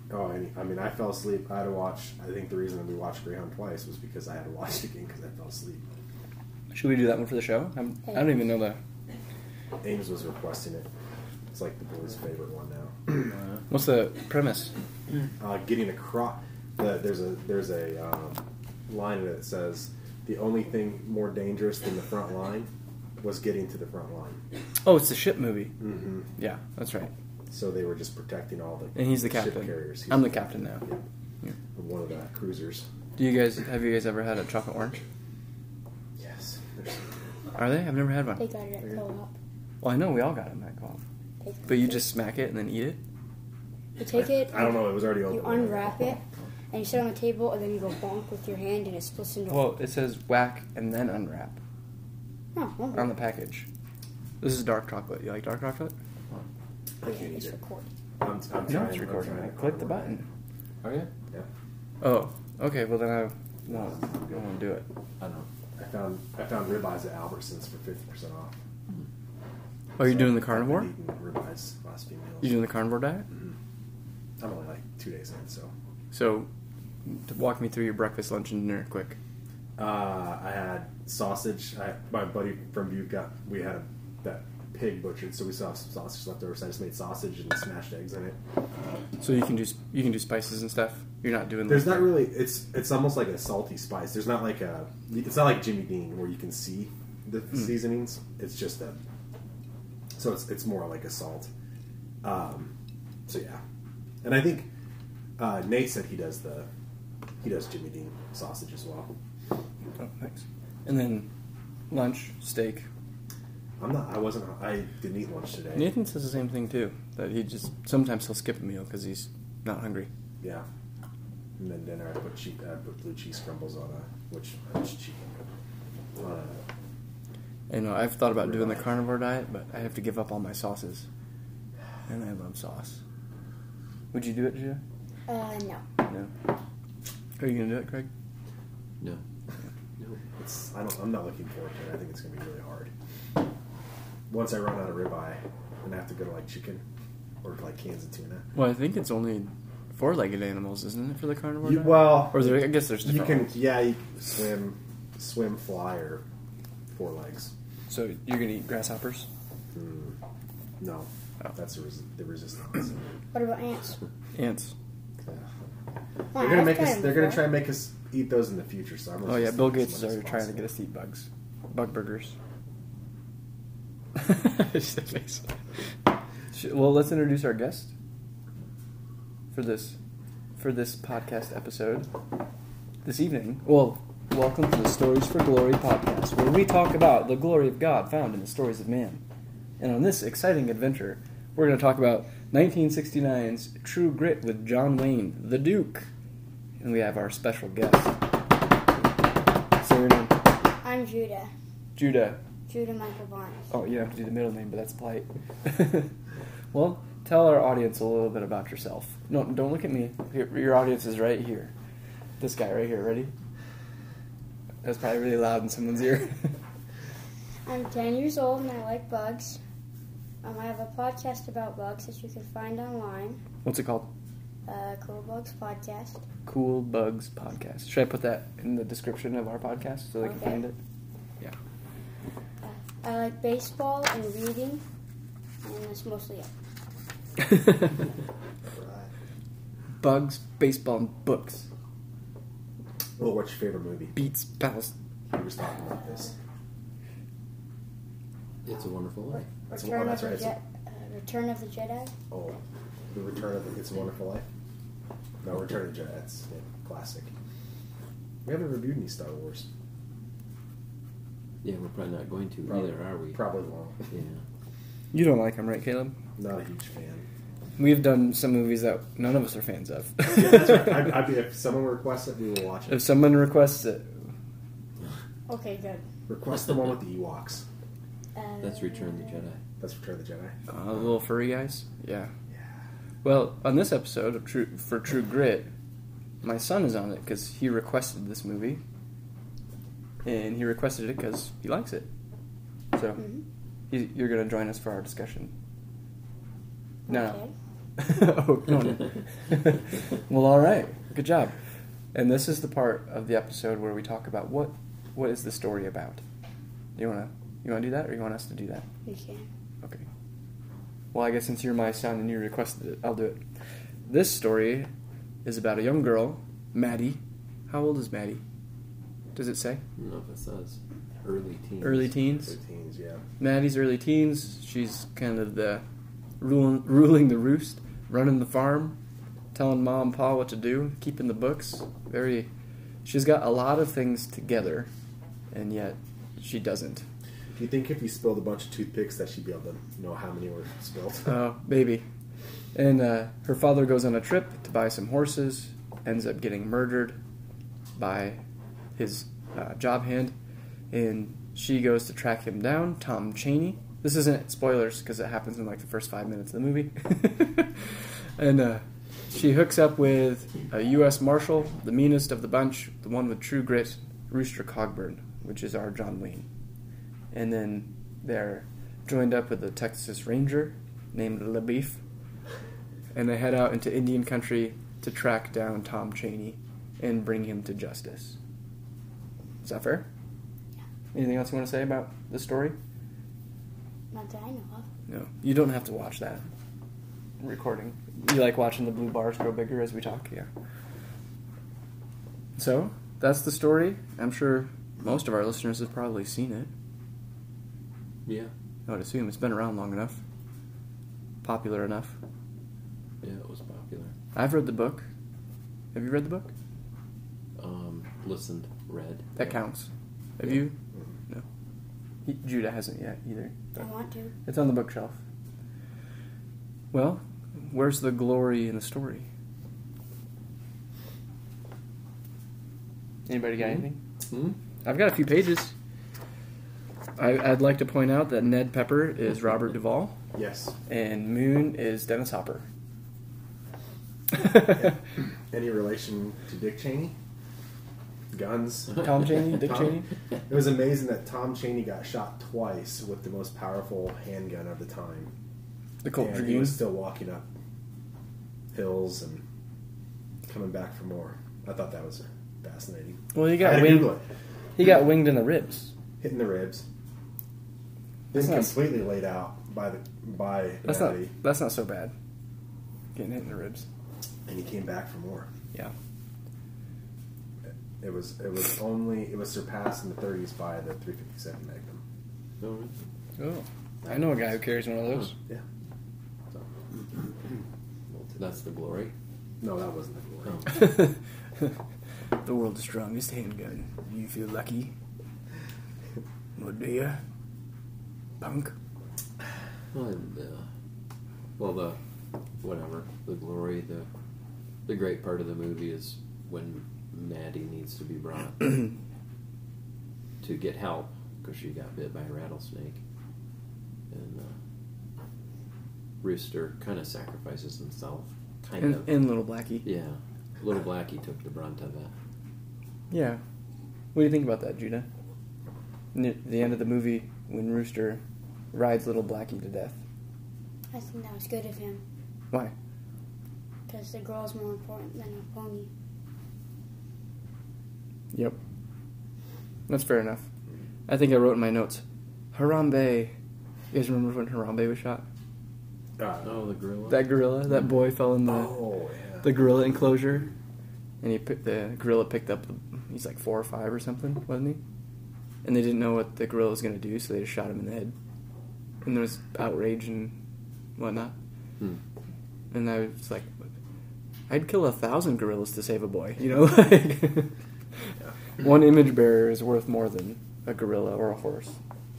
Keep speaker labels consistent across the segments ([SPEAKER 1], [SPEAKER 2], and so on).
[SPEAKER 1] mean, Oh, I fell asleep. I had to watch. I think the reason we watched Greyhound twice was because I had to watch it again because I fell asleep.
[SPEAKER 2] Should we do that one for the show? I'm, I don't even know the.
[SPEAKER 1] Ames was requesting it. It's like the boys' favorite one now.
[SPEAKER 2] What's the premise?
[SPEAKER 1] Uh, getting across, the, there's a there's a um, line in it that says the only thing more dangerous than the front line was getting to the front line.
[SPEAKER 2] Oh, it's the ship movie. Mm-hmm. Yeah, that's right.
[SPEAKER 1] So they were just protecting all the
[SPEAKER 2] And he's the
[SPEAKER 1] ship
[SPEAKER 2] captain.
[SPEAKER 1] carriers. He's
[SPEAKER 2] I'm the captain now.
[SPEAKER 1] Yeah. One of the cruisers.
[SPEAKER 2] Do you guys have you guys ever had a chocolate orange?
[SPEAKER 1] Yes. There's-
[SPEAKER 2] Are they? I've never had
[SPEAKER 3] They
[SPEAKER 2] one.
[SPEAKER 3] got it at co-op.
[SPEAKER 2] Well, I know we all got them at co
[SPEAKER 3] They-
[SPEAKER 2] but you just smack it and then eat it.
[SPEAKER 3] you take it.
[SPEAKER 1] I don't know. It was already open.
[SPEAKER 3] You unwrap it, and you sit on the table, and then you go bonk with your hand, and it splits into.
[SPEAKER 2] Well, it says whack and then unwrap
[SPEAKER 3] Oh, well,
[SPEAKER 2] on the package. This is dark chocolate. You like dark chocolate?
[SPEAKER 1] I
[SPEAKER 3] yeah,
[SPEAKER 1] can't eat
[SPEAKER 3] it's
[SPEAKER 1] it.
[SPEAKER 3] recorded.
[SPEAKER 1] I'm, I'm
[SPEAKER 2] No,
[SPEAKER 1] trying-
[SPEAKER 2] it's
[SPEAKER 1] I'm
[SPEAKER 2] recording.
[SPEAKER 1] trying
[SPEAKER 2] I
[SPEAKER 1] to
[SPEAKER 2] clicked the
[SPEAKER 1] remember.
[SPEAKER 2] button.
[SPEAKER 4] Oh yeah,
[SPEAKER 1] Yeah.
[SPEAKER 2] Oh, okay. Well, then I won't, I won't do it.
[SPEAKER 4] I know.
[SPEAKER 1] I found I found ribeyes at Albertsons for fifty percent off.
[SPEAKER 2] Oh, you're
[SPEAKER 1] So
[SPEAKER 2] doing the
[SPEAKER 1] I've been
[SPEAKER 2] carnivore?
[SPEAKER 1] eating Ribeyes last few meals. Mm-hmm.
[SPEAKER 2] You're doing the carnivore diet?
[SPEAKER 1] I'm only like two days in, so
[SPEAKER 2] So, to walk me through your breakfast, lunch, and dinner quick.
[SPEAKER 1] uh, I had sausage. I, my buddy from Butte got we had a, that pig butchered, so we still have some sausage left over. So I just made sausage and smashed eggs in it.
[SPEAKER 2] So you can do s- you can do spices and stuff. You're not doing.
[SPEAKER 1] There's
[SPEAKER 2] like-
[SPEAKER 1] not really. It's it's almost like a salty spice. There's not like a. It's not like Jimmy Dean where you can see the
[SPEAKER 2] Hmm.
[SPEAKER 1] seasonings. It's just a. So it's it's more like a salt. Um, so yeah, and I think uh, Nate said he does the he does Jimmy Dean sausage as well.
[SPEAKER 2] Oh, thanks. And then lunch steak.
[SPEAKER 1] I'm not. I wasn't. I didn't eat lunch today.
[SPEAKER 2] Nathan says the same thing too. That he just sometimes he'll skip a meal because he's not hungry.
[SPEAKER 1] Yeah. And then dinner, I put cheese. I put blue cheese crumbles on a which which chicken. On a,
[SPEAKER 2] You know, uh, I've thought about doing the carnivore diet, but I have to give up all my sauces, and I love sauce. Would you do it, Gia?
[SPEAKER 3] Uh, no.
[SPEAKER 2] No. Are you gonna do it, Craig?
[SPEAKER 4] No.
[SPEAKER 1] It's, I don't, I'm not looking forward to it. I think it's going to be really hard. Once I run out of ribeye, I'm going to have to go to like chicken or like cans of tuna.
[SPEAKER 2] Well, I think it's only four-legged animals, isn't it, for the carnivore
[SPEAKER 1] You,
[SPEAKER 2] diet?
[SPEAKER 1] well,
[SPEAKER 2] or there, I guess there's
[SPEAKER 1] you
[SPEAKER 2] different
[SPEAKER 1] can,
[SPEAKER 2] ones.
[SPEAKER 1] yeah, you can swim, swim, fly, or four legs. Hmm,
[SPEAKER 2] So you're gonna eat grasshoppers?
[SPEAKER 1] No,
[SPEAKER 2] Oh.
[SPEAKER 1] that's the, res- the resistance.
[SPEAKER 3] What about ants?
[SPEAKER 2] Ants.
[SPEAKER 1] they're gonna make us. They're gonna try and make us eat those in the future. So I'm
[SPEAKER 2] Oh yeah,
[SPEAKER 1] resistant
[SPEAKER 2] Bill
[SPEAKER 1] as
[SPEAKER 2] Gates
[SPEAKER 1] much
[SPEAKER 2] is
[SPEAKER 1] as
[SPEAKER 2] already trying to
[SPEAKER 1] possible.
[SPEAKER 2] get us to eat bugs, bug burgers. Just the face. Sh- Well, let's introduce our guest for this for this podcast episode this evening. Well, welcome to the Stories for Glory podcast, where we talk about the glory of God found in the stories of man. And on this exciting adventure, we're going to talk about 1969's True Grit with John Wayne, the Duke, and we have our special guest. Say your name.
[SPEAKER 3] I'm Judah.
[SPEAKER 2] Judah.
[SPEAKER 3] Judah Michael Barnes.
[SPEAKER 2] Oh, you don't have to do the middle name, but that's polite. well, tell our audience a little bit about yourself. No, don't look at me. Your, your audience is right here. This guy right here. Ready? That's probably really loud in someone's ear.
[SPEAKER 3] I'm 10 years old and I like bugs. Um, I have a podcast about bugs that you can find online.
[SPEAKER 2] What's it called?
[SPEAKER 3] Uh, cool Bugs Podcast.
[SPEAKER 2] Cool Bugs Podcast. Should I put that in the description of our podcast so they can
[SPEAKER 3] Okay.
[SPEAKER 2] find it?
[SPEAKER 3] Uh, I like baseball and reading, and that's mostly it.
[SPEAKER 2] Bugs, baseball, and books
[SPEAKER 1] Well, what's your favorite movie?
[SPEAKER 2] beats battles.
[SPEAKER 1] We were just talking about this.
[SPEAKER 4] It's a wonderful life.
[SPEAKER 1] That's the one.
[SPEAKER 3] Return,
[SPEAKER 1] That's
[SPEAKER 3] of
[SPEAKER 1] right. It's
[SPEAKER 3] the
[SPEAKER 1] a-
[SPEAKER 3] Je- uh, Return of the Jedi.
[SPEAKER 1] Oh, The Return of the It's a Wonderful Life. No, Return of the Jedi. That's a classic. We haven't reviewed any Star Wars.
[SPEAKER 4] Yeah, we're probably not going to either, are we?
[SPEAKER 1] Probably won't.
[SPEAKER 4] Yeah.
[SPEAKER 2] You don't like them, right, Caleb?
[SPEAKER 1] Not a huge fan.
[SPEAKER 2] We've done some movies that none of us are fans of.
[SPEAKER 1] Yeah, that's right. I, I, if someone requests it, we will watch
[SPEAKER 2] if
[SPEAKER 1] it.
[SPEAKER 2] someone requests it,
[SPEAKER 3] Okay, good.
[SPEAKER 1] Request the one with the Ewoks.
[SPEAKER 3] Uh,
[SPEAKER 4] That's Return of the Jedi.
[SPEAKER 1] That's Return of the Jedi.
[SPEAKER 2] uh, little furry guys. Yeah.
[SPEAKER 1] Yeah.
[SPEAKER 2] Well, on this episode of True for True Grit, my son is on it because he requested this movie, and he requested it because he likes it. So,
[SPEAKER 3] Mhm.
[SPEAKER 2] he, you're going to join us for our discussion. No,
[SPEAKER 3] Okay.
[SPEAKER 2] oh, Conan. well, all right. Good job. And this is the part of the episode where we talk about what what is the story about. You wanna you wanna do that, or you want us to do that?
[SPEAKER 3] You can.
[SPEAKER 2] Okay. Well, I guess since you're my son and you requested it, I'll do it. This story is about a young girl, Maddie. How old is Maddie? Does it say?
[SPEAKER 4] I don't know if it says early teens.
[SPEAKER 2] Early teens.
[SPEAKER 1] Thirteens, yeah.
[SPEAKER 2] Maddie's early teens. She's kind of the ruling, ruling the roost, running the farm, telling mom and pa what to do, keeping the books. Very, she's got a lot of things together, and yet she doesn't.
[SPEAKER 1] Do you think if you spilled a bunch of toothpicks that she'd be able to know how many were spilled?
[SPEAKER 2] Oh, baby. And uh, her father goes on a trip to buy some horses, ends up getting murdered by his uh, job hand, and she goes to track him down, Tom Cheney. This isn't spoilers because it happens in like the first five minutes of the movie. and uh, she hooks up with a U.S. Marshal, the meanest of the bunch, the one with true grit, Rooster Cogburn, which is our John Wayne and then they're joined up with a Texas Ranger named LaBeef, and they head out into Indian country to track down Tom Cheney and bring him to justice. Is that fair? Anything else you want to say about the story?
[SPEAKER 3] Not that I know of.
[SPEAKER 2] No. You don't have to watch that recording. You like watching the blue bars grow bigger as we talk? Yeah. So, that's the story. I'm sure most of our listeners have probably seen it.
[SPEAKER 4] Yeah,
[SPEAKER 2] I would assume it's been around long enough, popular enough.
[SPEAKER 4] yeah, it was popular.
[SPEAKER 2] I've read the book. Have you read the book?
[SPEAKER 4] Um, listened, read.
[SPEAKER 2] That counts. Have
[SPEAKER 4] Yeah.
[SPEAKER 2] you? No. He, Judah hasn't yet either.
[SPEAKER 3] I want to.
[SPEAKER 2] It's on the bookshelf. Well, where's the glory in the story? Anybody got
[SPEAKER 4] Hmm?
[SPEAKER 2] anything?
[SPEAKER 4] Hmm?
[SPEAKER 2] I've got a few pages. I, I'd like to point out that Ned Pepper is Robert Duvall.
[SPEAKER 1] Yes.
[SPEAKER 2] and Moon is Dennis Hopper.
[SPEAKER 1] Any relation to Dick Cheney? Guns.
[SPEAKER 2] Tom Cheney, Dick
[SPEAKER 1] Tom?
[SPEAKER 2] Cheney.
[SPEAKER 1] It was amazing that Tom Cheney got shot twice with the most powerful handgun of the time.
[SPEAKER 2] The Colt
[SPEAKER 1] and he
[SPEAKER 2] Dragoon.
[SPEAKER 1] was still walking up hills and coming back for more. I thought that was fascinating.
[SPEAKER 2] Well, he
[SPEAKER 1] I had
[SPEAKER 2] got
[SPEAKER 1] to Google
[SPEAKER 2] winged.
[SPEAKER 1] it.
[SPEAKER 2] He got winged in the ribs.
[SPEAKER 1] Hitting the ribs.
[SPEAKER 2] That's
[SPEAKER 1] Then
[SPEAKER 2] not-
[SPEAKER 1] completely laid out by the by
[SPEAKER 2] That's not.
[SPEAKER 1] Maddie,
[SPEAKER 2] That's not so bad. Getting hit in the ribs.
[SPEAKER 1] and he came back for more.
[SPEAKER 2] Yeah.
[SPEAKER 1] It was it was only it was surpassed in the 30s by the 357 Magnum.
[SPEAKER 4] No, really?
[SPEAKER 2] Oh, I know a guy who carries one of those.
[SPEAKER 1] Yeah.
[SPEAKER 4] That's the glory.
[SPEAKER 1] No, that wasn't the glory.
[SPEAKER 4] Oh.
[SPEAKER 2] the world's strongest handgun. You feel lucky? What do ya, punk?
[SPEAKER 4] Well, and, uh, well, the whatever the glory, the the great part of the movie is when Maddie needs to be brought to get help because she got bit by a rattlesnake, and uh, Rooster kind of sacrifices himself, kind
[SPEAKER 2] And,
[SPEAKER 4] of.
[SPEAKER 2] and little Blackie.
[SPEAKER 4] yeah, little Blackie took the brunt of it.
[SPEAKER 2] Yeah. What do you think about that, Judah? Near the end of the movie, when Rooster rides little Blackie to death.
[SPEAKER 3] I think that was good of him.
[SPEAKER 2] Why?
[SPEAKER 3] Because the girl's more important than a pony.
[SPEAKER 2] Yep. That's fair enough. I think I wrote in my notes, Harambe. You guys remember when Harambe was shot?
[SPEAKER 1] Uh,
[SPEAKER 4] Oh, the gorilla.
[SPEAKER 2] That gorilla, that boy fell in the
[SPEAKER 1] oh yeah.
[SPEAKER 2] the gorilla enclosure, and he picked, the gorilla picked up. The, he's like four or five or something, wasn't he? And they didn't know what the gorilla was gonna do, so they just shot him in the head. And there was outrage and whatnot.
[SPEAKER 4] Hmm.
[SPEAKER 2] And I was like, I'd kill a thousand gorillas to save a boy. You know, like one image bearer is worth more than a gorilla or a horse.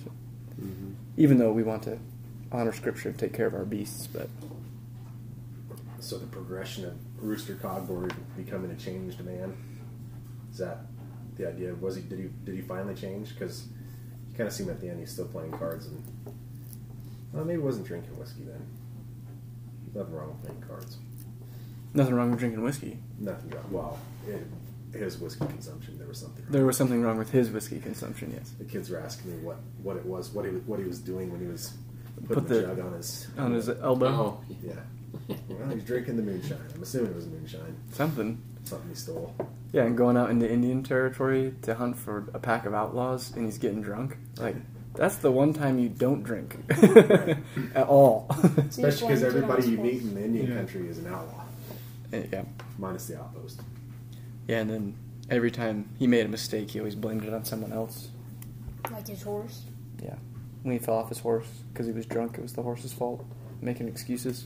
[SPEAKER 2] So, Mm-hmm.
[SPEAKER 4] Mhm.
[SPEAKER 2] Even though we want to honor scripture and take care of our beasts, but
[SPEAKER 1] So the progression of Rooster Cogburn becoming a changed man is that the idea? Was he did he did he finally change? Because you kind of seem at the end he's still playing cards and well, maybe he wasn't drinking whiskey then. Nothing wrong with playing cards.
[SPEAKER 2] nothing wrong with drinking whiskey.
[SPEAKER 1] Nothing wrong. Well, it, his whiskey consumption there was something. Wrong.
[SPEAKER 2] There was something wrong with his whiskey consumption. Yes.
[SPEAKER 1] The kids were asking me what, what it was, what he was- what he was doing when he was
[SPEAKER 2] Put
[SPEAKER 1] putting the,
[SPEAKER 2] the-
[SPEAKER 1] jug on his
[SPEAKER 2] on his elbow.
[SPEAKER 4] Oh,
[SPEAKER 1] yeah. Well, he's drinking the moonshine. I'm assuming it was moonshine.
[SPEAKER 2] Something.
[SPEAKER 1] Something he stole.
[SPEAKER 2] Yeah, and going out into Indian territory to hunt for a pack of outlaws, and he's getting drunk. Like that's the one time you don't drink at all.
[SPEAKER 1] Especially because
[SPEAKER 3] Uniform
[SPEAKER 1] everybody you
[SPEAKER 3] international.
[SPEAKER 1] meet in the Indian
[SPEAKER 5] Yeah.
[SPEAKER 1] country is an outlaw,
[SPEAKER 2] And, yeah,
[SPEAKER 1] minus the outpost.
[SPEAKER 2] yeah, and then every time he made a mistake, he always blamed it on someone else.
[SPEAKER 3] Like his horse.
[SPEAKER 2] Yeah, when he fell off his horse because he was drunk, it was the horse's fault. Making excuses.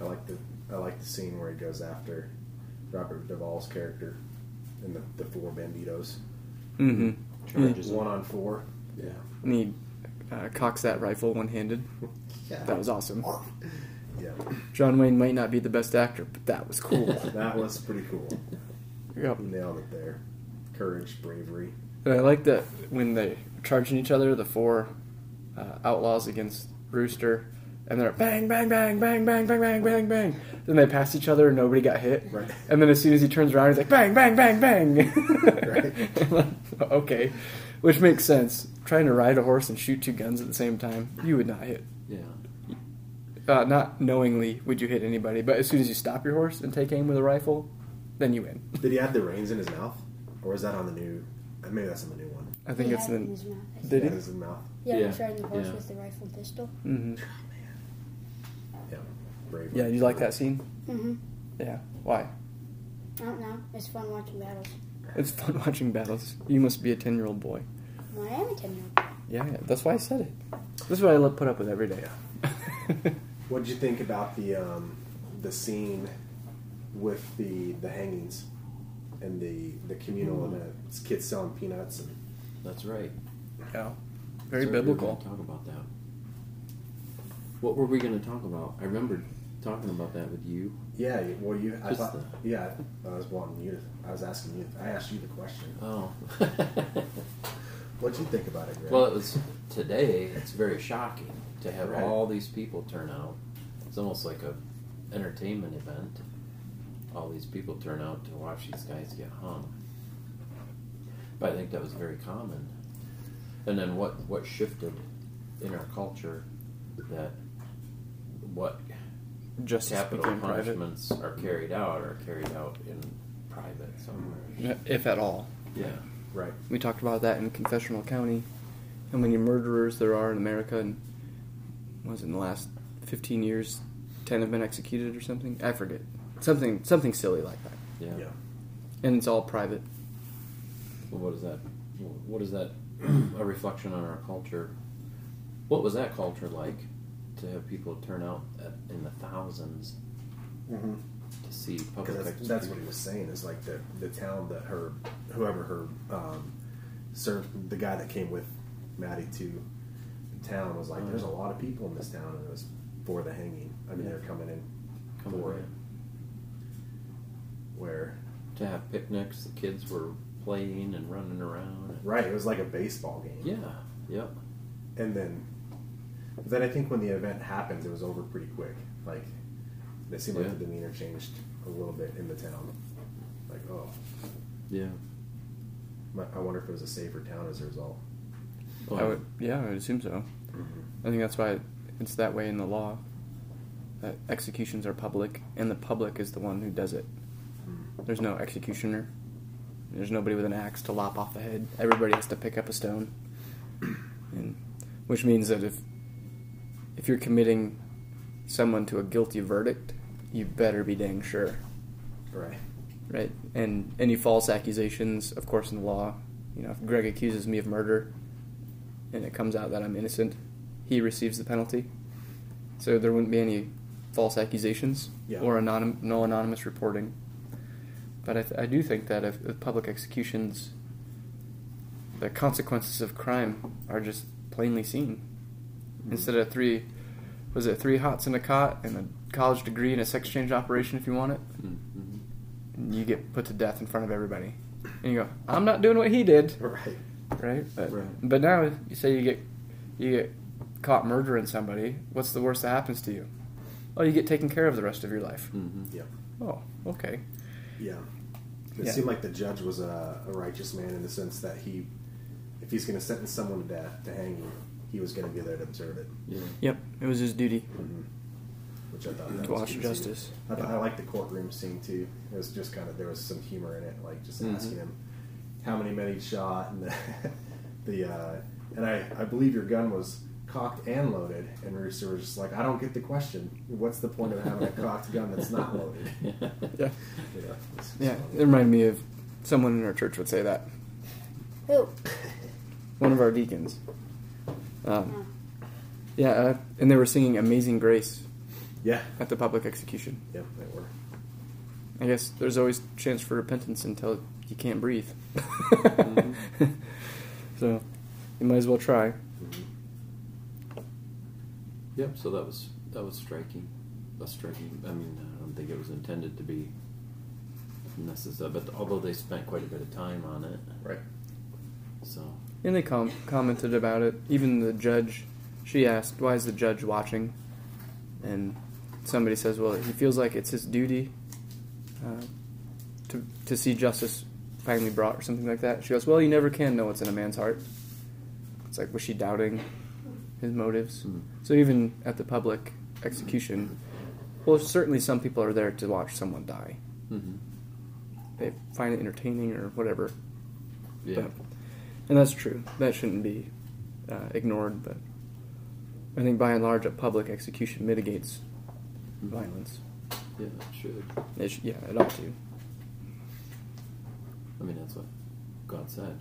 [SPEAKER 1] I like the I like the scene where he goes after Robert Duvall's character and the, the four banditos.
[SPEAKER 2] Mm-hmm.
[SPEAKER 4] Charges him.
[SPEAKER 1] One on four. Yeah.
[SPEAKER 2] And he uh, cocks that rifle one-handed.
[SPEAKER 1] Yeah.
[SPEAKER 2] That was awesome.
[SPEAKER 1] yeah.
[SPEAKER 2] John Wayne might not be the best actor, but that was cool.
[SPEAKER 1] That was pretty cool.
[SPEAKER 2] yep.
[SPEAKER 1] Nailed it there. Courage, bravery.
[SPEAKER 2] And I like that when they are charging each other, the four uh, outlaws against Rooster, and they're bang, bang, bang, bang, bang, bang, bang, bang, bang. Then they pass each other and nobody got hit.
[SPEAKER 1] Right.
[SPEAKER 2] And then as soon as he turns around, he's like bang, bang, bang, bang.
[SPEAKER 1] Right.
[SPEAKER 2] okay, which makes sense. Trying to ride a horse and shoot two guns at the same time, you would not hit.
[SPEAKER 4] Yeah.
[SPEAKER 2] Uh, not knowingly would you hit anybody, but as soon as you stop your horse and take aim with a rifle, then you win.
[SPEAKER 1] Did he have the reins in his mouth, or is that on the new? uh, Maybe that's on the new one.
[SPEAKER 2] I think
[SPEAKER 3] He
[SPEAKER 2] it's
[SPEAKER 3] had it in
[SPEAKER 2] the.
[SPEAKER 3] his mouth. I
[SPEAKER 2] Did
[SPEAKER 1] That
[SPEAKER 2] he?
[SPEAKER 1] is his mouth.
[SPEAKER 3] think. Yeah,
[SPEAKER 4] Yeah,
[SPEAKER 3] he's riding the horse
[SPEAKER 4] yeah.
[SPEAKER 3] with the rifle and pistol.
[SPEAKER 2] hmm
[SPEAKER 1] Yeah. Bravery.
[SPEAKER 2] Yeah, you like that scene?
[SPEAKER 3] Mm-hmm.
[SPEAKER 2] Yeah. Why?
[SPEAKER 3] I don't know. It's fun watching battles.
[SPEAKER 2] It's fun watching battles. You must be a 10 year old boy.
[SPEAKER 3] Well, I am a ten year old.
[SPEAKER 2] Yeah, yeah, that's why I said it. This is what I lo- put up with every day.
[SPEAKER 1] What did you think about the um, the scene with the the hangings and the the communal and the kids selling peanuts and
[SPEAKER 4] That's right.
[SPEAKER 2] yeah. Very
[SPEAKER 4] Sorry, we were
[SPEAKER 2] biblical.
[SPEAKER 4] gonna talk about that. What were we going to talk about? I remember talking about that with you.
[SPEAKER 1] yeah, well you I
[SPEAKER 4] Just
[SPEAKER 1] thought yeah I was wanting you to, I was asking you I asked you the question.
[SPEAKER 4] Oh.
[SPEAKER 1] What'd you think about it? Greg?
[SPEAKER 4] well, it was today. It's very shocking to have
[SPEAKER 1] Right.
[SPEAKER 4] all these people turn out. It's almost like a entertainment event. All these people turn out to watch these guys get hung. But I think that was very common. And then what what shifted in our culture that what
[SPEAKER 2] Justice
[SPEAKER 4] capital
[SPEAKER 2] became private.
[SPEAKER 4] punishments are carried out are carried out in private somewhere.
[SPEAKER 2] If at all.
[SPEAKER 4] Yeah.
[SPEAKER 1] right.
[SPEAKER 2] We talked about that in Confessional County. How many murderers there are in America, and was it in the last 15 years, 10 have been executed or something? I forget. Something, something silly like that.
[SPEAKER 4] Yeah.
[SPEAKER 1] Yeah.
[SPEAKER 2] And it's all private.
[SPEAKER 4] Well, what is that? What is that? a reflection on our culture. What was that culture like to have people turn out at, in the thousands
[SPEAKER 1] Mm-hmm.
[SPEAKER 4] to see public
[SPEAKER 1] Because that's, that's what he was saying. Is like the the town that her, whoever her, um, served the guy that came with Maddie to the town was
[SPEAKER 4] Mm.
[SPEAKER 1] like, there's a lot of people in this town, and it was for the hanging. I mean,
[SPEAKER 4] Yeah.
[SPEAKER 1] they're coming in
[SPEAKER 4] Coming
[SPEAKER 1] for it.
[SPEAKER 4] in.
[SPEAKER 1] Where
[SPEAKER 4] to have picnics. The kids were playing and running around.
[SPEAKER 1] right, it was like a baseball game.
[SPEAKER 4] Yeah. Yep.
[SPEAKER 1] And then, but then I think when the event happened, it was over pretty quick. Like, it seemed
[SPEAKER 4] Yeah.
[SPEAKER 1] like the demeanor changed a little bit in the town. Like, oh,
[SPEAKER 4] Yeah.
[SPEAKER 1] my, I wonder if it was a safer town as a result.
[SPEAKER 2] I would, yeah, I would assume so. I think that's why it's that way in the law. That executions are public, and the public is the one who does it. There's no executioner. There's nobody with an axe to lop off the head. Everybody has to pick up a stone, and which means that if if you're committing someone to a guilty verdict, you better be dang sure,
[SPEAKER 1] Right.
[SPEAKER 2] right? And any false accusations, of course, in the law, you know, if Greg accuses me of murder, and it comes out that I'm innocent, he receives the penalty. So there wouldn't be any false accusations
[SPEAKER 1] Yeah.
[SPEAKER 2] or anonym, no anonymous reporting. But I, th- I do think that if, if public executions, the consequences of crime are just plainly seen. Instead of three, was it three hots in a cot and a college degree and a sex change operation if you want it?
[SPEAKER 4] Mm-hmm.
[SPEAKER 2] And you get put to death in front of everybody. And you go, I'm not doing what he did
[SPEAKER 1] Right.
[SPEAKER 2] right? But,
[SPEAKER 4] Right.
[SPEAKER 2] but now if you say you get you get caught murdering somebody. What's the worst that happens to you? Oh, you get taken care of the rest of your life.
[SPEAKER 4] Mm-hmm.
[SPEAKER 1] Yep.
[SPEAKER 2] Oh, okay.
[SPEAKER 1] Yeah. It
[SPEAKER 2] Yeah.
[SPEAKER 1] seemed like the judge was a, a righteous man in the sense that he, if he's going to sentence someone to death, to hanging, he was going to be there to observe it,
[SPEAKER 4] Yeah.
[SPEAKER 2] Yep, it was his duty
[SPEAKER 1] which I thought that was
[SPEAKER 2] to watch
[SPEAKER 1] pretty neat.
[SPEAKER 2] justice.
[SPEAKER 1] I, thought, I liked the courtroom scene too. It was just kind of there was some humor in it, like just
[SPEAKER 2] Mm-hmm.
[SPEAKER 4] Mhm.
[SPEAKER 1] asking him how many men he shot and the, the uh, and I, I believe your gun was cocked and loaded, and Rooster was just like, I don't get the question. What's the point of having a cocked gun that's not loaded?
[SPEAKER 2] Yeah,
[SPEAKER 1] You know, it's-
[SPEAKER 2] yeah. It reminded me of someone in our church would say that.
[SPEAKER 3] Who?
[SPEAKER 2] One of our deacons.
[SPEAKER 4] Oh.
[SPEAKER 2] Um, yeah, uh, and they were singing "Amazing Grace"
[SPEAKER 1] yeah,
[SPEAKER 2] at the public execution.
[SPEAKER 1] yeah, they were.
[SPEAKER 2] I guess there's always chance for repentance until you can't breathe. so you might as well try.
[SPEAKER 4] Yep. So that was that was striking. A striking. I mean, I don't think it was intended to be necessary, but although they spent quite a bit of time on it,
[SPEAKER 1] Right.
[SPEAKER 4] so
[SPEAKER 2] And they com- commented about it. Even the judge, she asked, "Why is the judge watching?" And somebody says, "Well, he feels like it's his duty uh, to to see justice finally brought, or something like that." She goes, "Well, you never can know what's in a man's heart." It's like was she doubting his motives?
[SPEAKER 4] Hmm.
[SPEAKER 2] So even at the public execution, well, certainly some people are there to watch someone die.
[SPEAKER 4] hmm
[SPEAKER 2] They find it entertaining or whatever.
[SPEAKER 4] yeah.
[SPEAKER 2] But- and that's true. That shouldn't be uh, ignored, but I think by and large, a public execution mitigates violence.
[SPEAKER 4] Yeah, it should.
[SPEAKER 2] It sh- yeah, it ought to.
[SPEAKER 4] I mean, that's what God said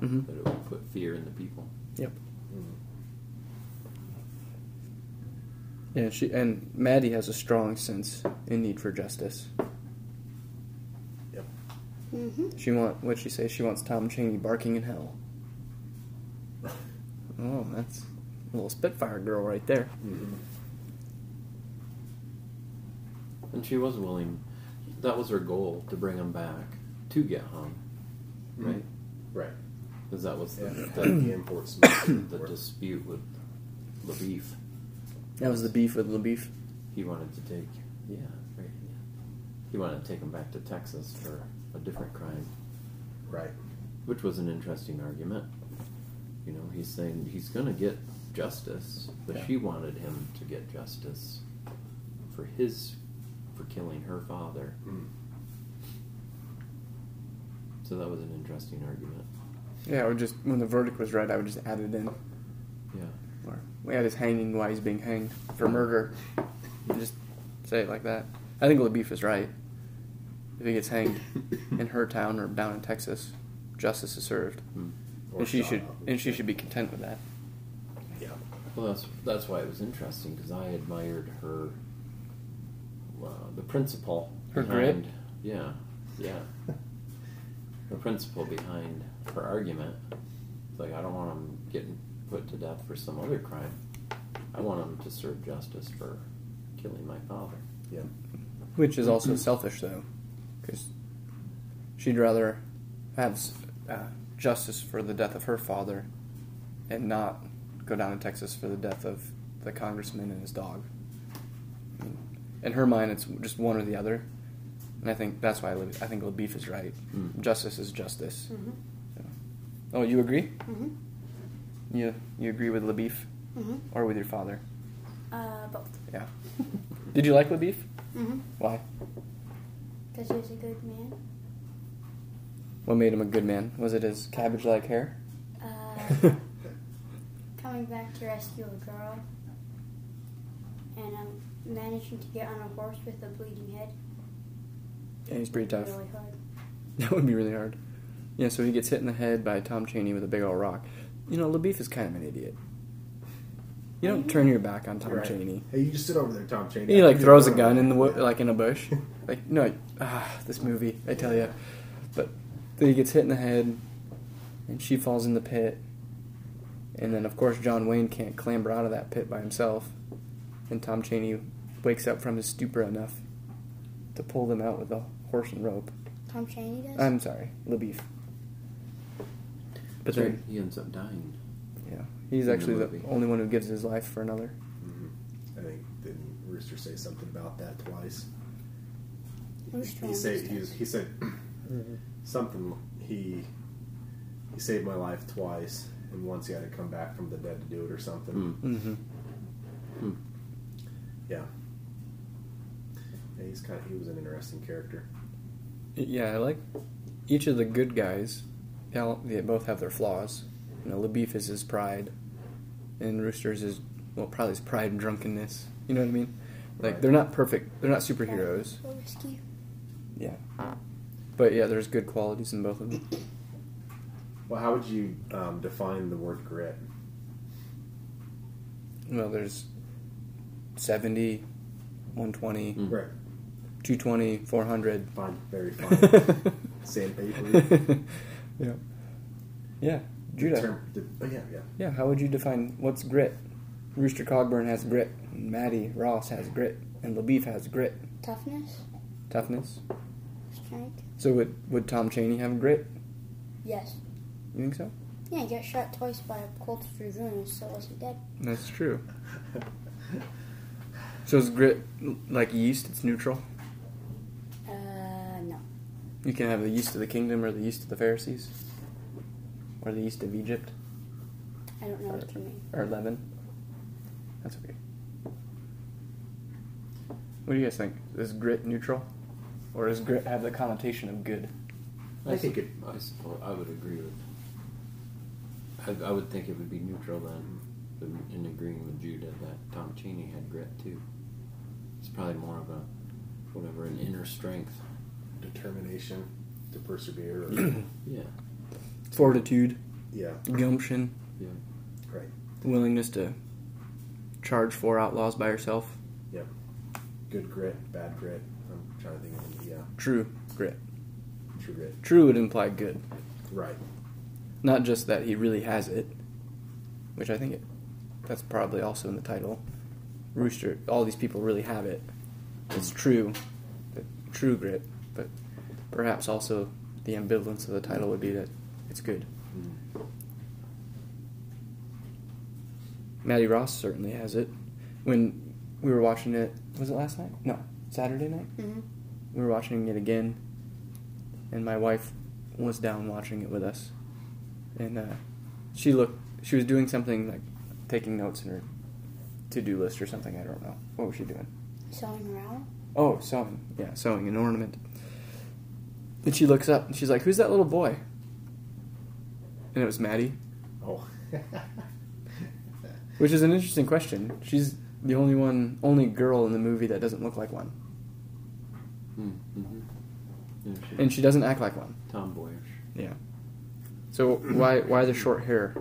[SPEAKER 2] Mm-hmm.
[SPEAKER 4] that it would put fear in the people.
[SPEAKER 2] Yep.
[SPEAKER 1] Mhm.
[SPEAKER 2] Yeah, she and Maddie has a strong sense in need for justice.
[SPEAKER 1] Yep.
[SPEAKER 3] Mm-hmm.
[SPEAKER 2] She want what she say. She wants Tom Cheney barking in hell. Oh, that's a little Spitfire girl right there.
[SPEAKER 1] Mhm.
[SPEAKER 4] And she was willing. That was her goal to bring him back to get hung, right?
[SPEAKER 1] Right.
[SPEAKER 4] Because that was the,
[SPEAKER 1] Mm-hmm. Yeah.
[SPEAKER 4] the,
[SPEAKER 1] the imports. must be
[SPEAKER 4] the
[SPEAKER 1] worth-
[SPEAKER 4] dispute with Labif.
[SPEAKER 2] That was the beef with LaBeef.
[SPEAKER 4] He wanted to take, yeah, right. Yeah. He wanted to take him back to Texas for a different crime,
[SPEAKER 1] Right.
[SPEAKER 4] which was an interesting argument. You know, he's saying he's going to get justice, but
[SPEAKER 2] Yeah.
[SPEAKER 4] she wanted him to get justice for his for killing her father.
[SPEAKER 1] Mm.
[SPEAKER 4] So that was an interesting argument.
[SPEAKER 2] Yeah, or just when the verdict was read, I would just add it in.
[SPEAKER 4] Yeah.
[SPEAKER 2] Or we had his hanging while he's being hanged for murder. You just say it like that. I think LaBeef is right. If he gets hanged in her town or down in Texas, justice is served,
[SPEAKER 4] Hmm.
[SPEAKER 1] Or
[SPEAKER 2] and she
[SPEAKER 1] shot
[SPEAKER 2] should
[SPEAKER 1] up.
[SPEAKER 2] and she should be content with that.
[SPEAKER 1] Yeah.
[SPEAKER 4] Well, that's that's why it was interesting because I admired her, uh, the principle,
[SPEAKER 2] Her
[SPEAKER 4] behind, yeah, yeah, the principle behind her argument. It's like I don't want him getting put to death for some other crime. I want him to serve justice for killing my father.
[SPEAKER 1] Yeah.
[SPEAKER 2] Which is also selfish though, because she'd rather have uh, justice for the death of her father, and not go down to Texas for the death of the congressman and his dog. I mean, In her mind, it's just one or the other, and I think that's why I I think LaBeef is right.
[SPEAKER 4] Mm.
[SPEAKER 2] Justice is justice.
[SPEAKER 3] Mm-hmm.
[SPEAKER 2] So- Oh, you agree?
[SPEAKER 3] Mm-hmm.
[SPEAKER 2] You you agree with LaBeef
[SPEAKER 3] Mm-hmm.
[SPEAKER 2] or with your father?
[SPEAKER 3] Uh, both.
[SPEAKER 2] Yeah. Did you like LaBeef?
[SPEAKER 3] Mm-hmm.
[SPEAKER 2] Why?
[SPEAKER 3] Because he was a good man.
[SPEAKER 2] What made him a good man? Was it his cabbage-like hair?
[SPEAKER 3] Uh, coming back to rescue a girl. And um, managing to get on a horse with a bleeding head.
[SPEAKER 2] Yeah, he's pretty tough.
[SPEAKER 3] Really hard.
[SPEAKER 2] That would be really hard. Yeah, so he gets hit in the head by Tom Cheney with a big old rock. You know, LaBeef is kind of an idiot. You don't turn your back on Tom
[SPEAKER 1] Right.
[SPEAKER 2] Cheney.
[SPEAKER 1] Hey, you just sit over there, Tom Cheney.
[SPEAKER 2] He
[SPEAKER 1] I
[SPEAKER 2] like
[SPEAKER 1] think
[SPEAKER 2] throws a
[SPEAKER 1] you're
[SPEAKER 2] gun in the wo-
[SPEAKER 1] Yeah.
[SPEAKER 2] like in a bush. Like no, ah, this movie, I tell you. But then he gets hit in the head, and she falls in the pit. And then of course John Wayne can't clamber out of that pit by himself, and Tom Cheney wakes up from his stupor enough to pull them out with a horse and rope.
[SPEAKER 3] Tom Cheney does?
[SPEAKER 2] I'm sorry, LaBeef. But
[SPEAKER 4] So
[SPEAKER 2] then,
[SPEAKER 4] he ends up dying.
[SPEAKER 2] yeah, he's
[SPEAKER 4] In the
[SPEAKER 2] actually the,
[SPEAKER 4] movie.
[SPEAKER 2] only one who gives his life for another.
[SPEAKER 1] Mhm. I think didn't Rooster say something about that twice?
[SPEAKER 3] Rooster
[SPEAKER 1] He
[SPEAKER 3] on
[SPEAKER 1] said
[SPEAKER 3] Rooster.
[SPEAKER 1] he, was, he said something. He he saved my life twice, and once he had to come back from the dead to do it or something.
[SPEAKER 4] Hmm.
[SPEAKER 2] Mm-hmm.
[SPEAKER 4] Hmm.
[SPEAKER 1] Yeah. Yeah, he's kind of he was an interesting character.
[SPEAKER 2] Yeah, I like each of the good guys. They, all, they both have their flaws. You know, Labeef is his pride, and Rooster's is well, probably his pride and drunkenness. You know what I mean? Like
[SPEAKER 1] Right.
[SPEAKER 2] they're not perfect. They're not superheroes.
[SPEAKER 3] Whiskey.
[SPEAKER 2] Yeah. But yeah, there's good qualities in both of them.
[SPEAKER 1] Well, how would you um, define the word grit?
[SPEAKER 2] Well, there's 70, 120,
[SPEAKER 4] Mm.
[SPEAKER 1] Right.
[SPEAKER 2] 220, 400.
[SPEAKER 1] Fine. Very fine. Sandpaper.
[SPEAKER 2] yeah. Yeah. Judah.
[SPEAKER 1] Term- the- oh, yeah, yeah.
[SPEAKER 2] Yeah, how would you define what's grit? Rooster Cogburn has grit. and Maddie Ross has grit. And LaBeef has grit.
[SPEAKER 3] Toughness.
[SPEAKER 2] Toughness.
[SPEAKER 3] Strength.
[SPEAKER 2] So would, would Tom Cheney have grit?
[SPEAKER 3] Yes.
[SPEAKER 2] You think so?
[SPEAKER 3] Yeah, he got shot twice by a Colts dragoon and still wasn't dead.
[SPEAKER 2] That's true. so is grit like yeast? It's neutral?
[SPEAKER 3] Uh, no.
[SPEAKER 2] You can have the yeast of the kingdom or the yeast of the Pharisees. Or the yeast of Egypt.
[SPEAKER 3] I don't know what you mean.
[SPEAKER 2] Or leaven. That's okay. What do you guys think? Is grit neutral? Or does grit have the connotation of good?
[SPEAKER 1] I think it.
[SPEAKER 4] I suppose I would agree with. I, I would think it would be neutral then, in- in agreeing with Judah that Tom Cheney had grit too. It's probably more of a, whatever, an inner strength.
[SPEAKER 1] Determination to persevere. Or,
[SPEAKER 4] Yeah,
[SPEAKER 2] Fortitude,
[SPEAKER 1] yeah.
[SPEAKER 2] gumption,
[SPEAKER 4] yeah.
[SPEAKER 1] Right.
[SPEAKER 2] willingness to charge four outlaws by yourself.
[SPEAKER 1] Yep. Good grit, bad grit. I'm trying to think of yeah,
[SPEAKER 2] True grit.
[SPEAKER 1] true grit.
[SPEAKER 2] True would imply good.
[SPEAKER 1] Right.
[SPEAKER 2] Not just that he really has it, which I think it, that's probably also in the title. Rooster, all these people really have it. It's true, the true grit, but perhaps also the ambivalence of the title would be that it's good.
[SPEAKER 1] Mm.
[SPEAKER 2] Maddie Ross certainly has it. When we were watching it, was it last night? No, Saturday night.
[SPEAKER 3] Mm-hmm.
[SPEAKER 2] We were watching it again, and my wife was down watching it with us, and uh, she looked. She was doing something like taking notes in her to-do list or something. I don't know what was she doing.
[SPEAKER 3] Sewing around.
[SPEAKER 2] Oh, sewing. Yeah, sewing an ornament. And she looks up and she's like, "Who's that little boy?" And it was Maddie,
[SPEAKER 1] Oh.
[SPEAKER 2] which is an interesting question. She's the only one, only girl in the movie that doesn't look like one,
[SPEAKER 4] Mm-hmm.
[SPEAKER 2] and she doesn't act like one.
[SPEAKER 4] tomboyish.
[SPEAKER 2] Yeah. So why why the short hair?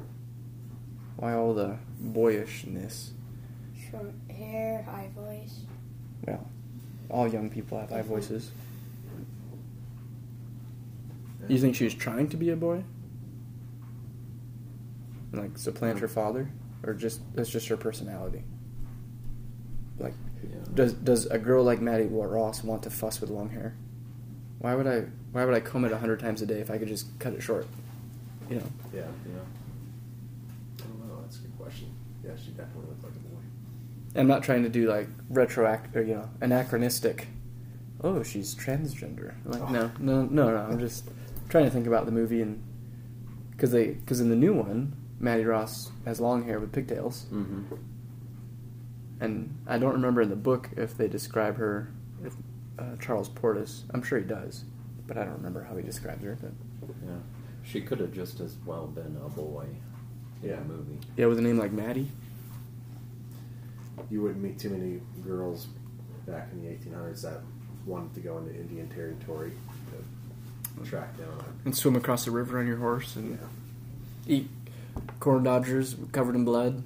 [SPEAKER 2] Why all the boyishness?
[SPEAKER 3] Short hair, high voice.
[SPEAKER 2] Well, all young people have high voices. You think she was trying to be a boy? And, Like supplant her father, or just that's just her personality. Like,
[SPEAKER 4] Yeah.
[SPEAKER 2] does does a girl like Maddie Ross want to fuss with long hair? Why would I? Why would I comb it a hundred times a day if I could just cut it short? You know.
[SPEAKER 1] Yeah.
[SPEAKER 4] Yeah.
[SPEAKER 1] I don't know. That's a good question. Yeah, she definitely looked like a boy.
[SPEAKER 2] I'm not trying to do like retroact or you know anachronistic. Oh, she's transgender. Like no, no, no, no. I'm just trying to think about the movie and because they because in the new one, Maddie Ross has long hair with pigtails,
[SPEAKER 4] Mm-hmm.
[SPEAKER 2] and I don't remember in the book if they describe her. If uh, Charles Portis, I'm sure he does, but I don't remember how he describes her. But
[SPEAKER 4] Yeah. She could have just as well been a boy in
[SPEAKER 1] Yeah.
[SPEAKER 4] a movie.
[SPEAKER 2] yeah, with a name like Maddie.
[SPEAKER 1] You wouldn't meet too many girls back in the 1800s that wanted to go into Indian territory to track down.
[SPEAKER 2] and swim across the river on your horse
[SPEAKER 1] A, yeah.
[SPEAKER 2] and eat corn dodgers covered in blood.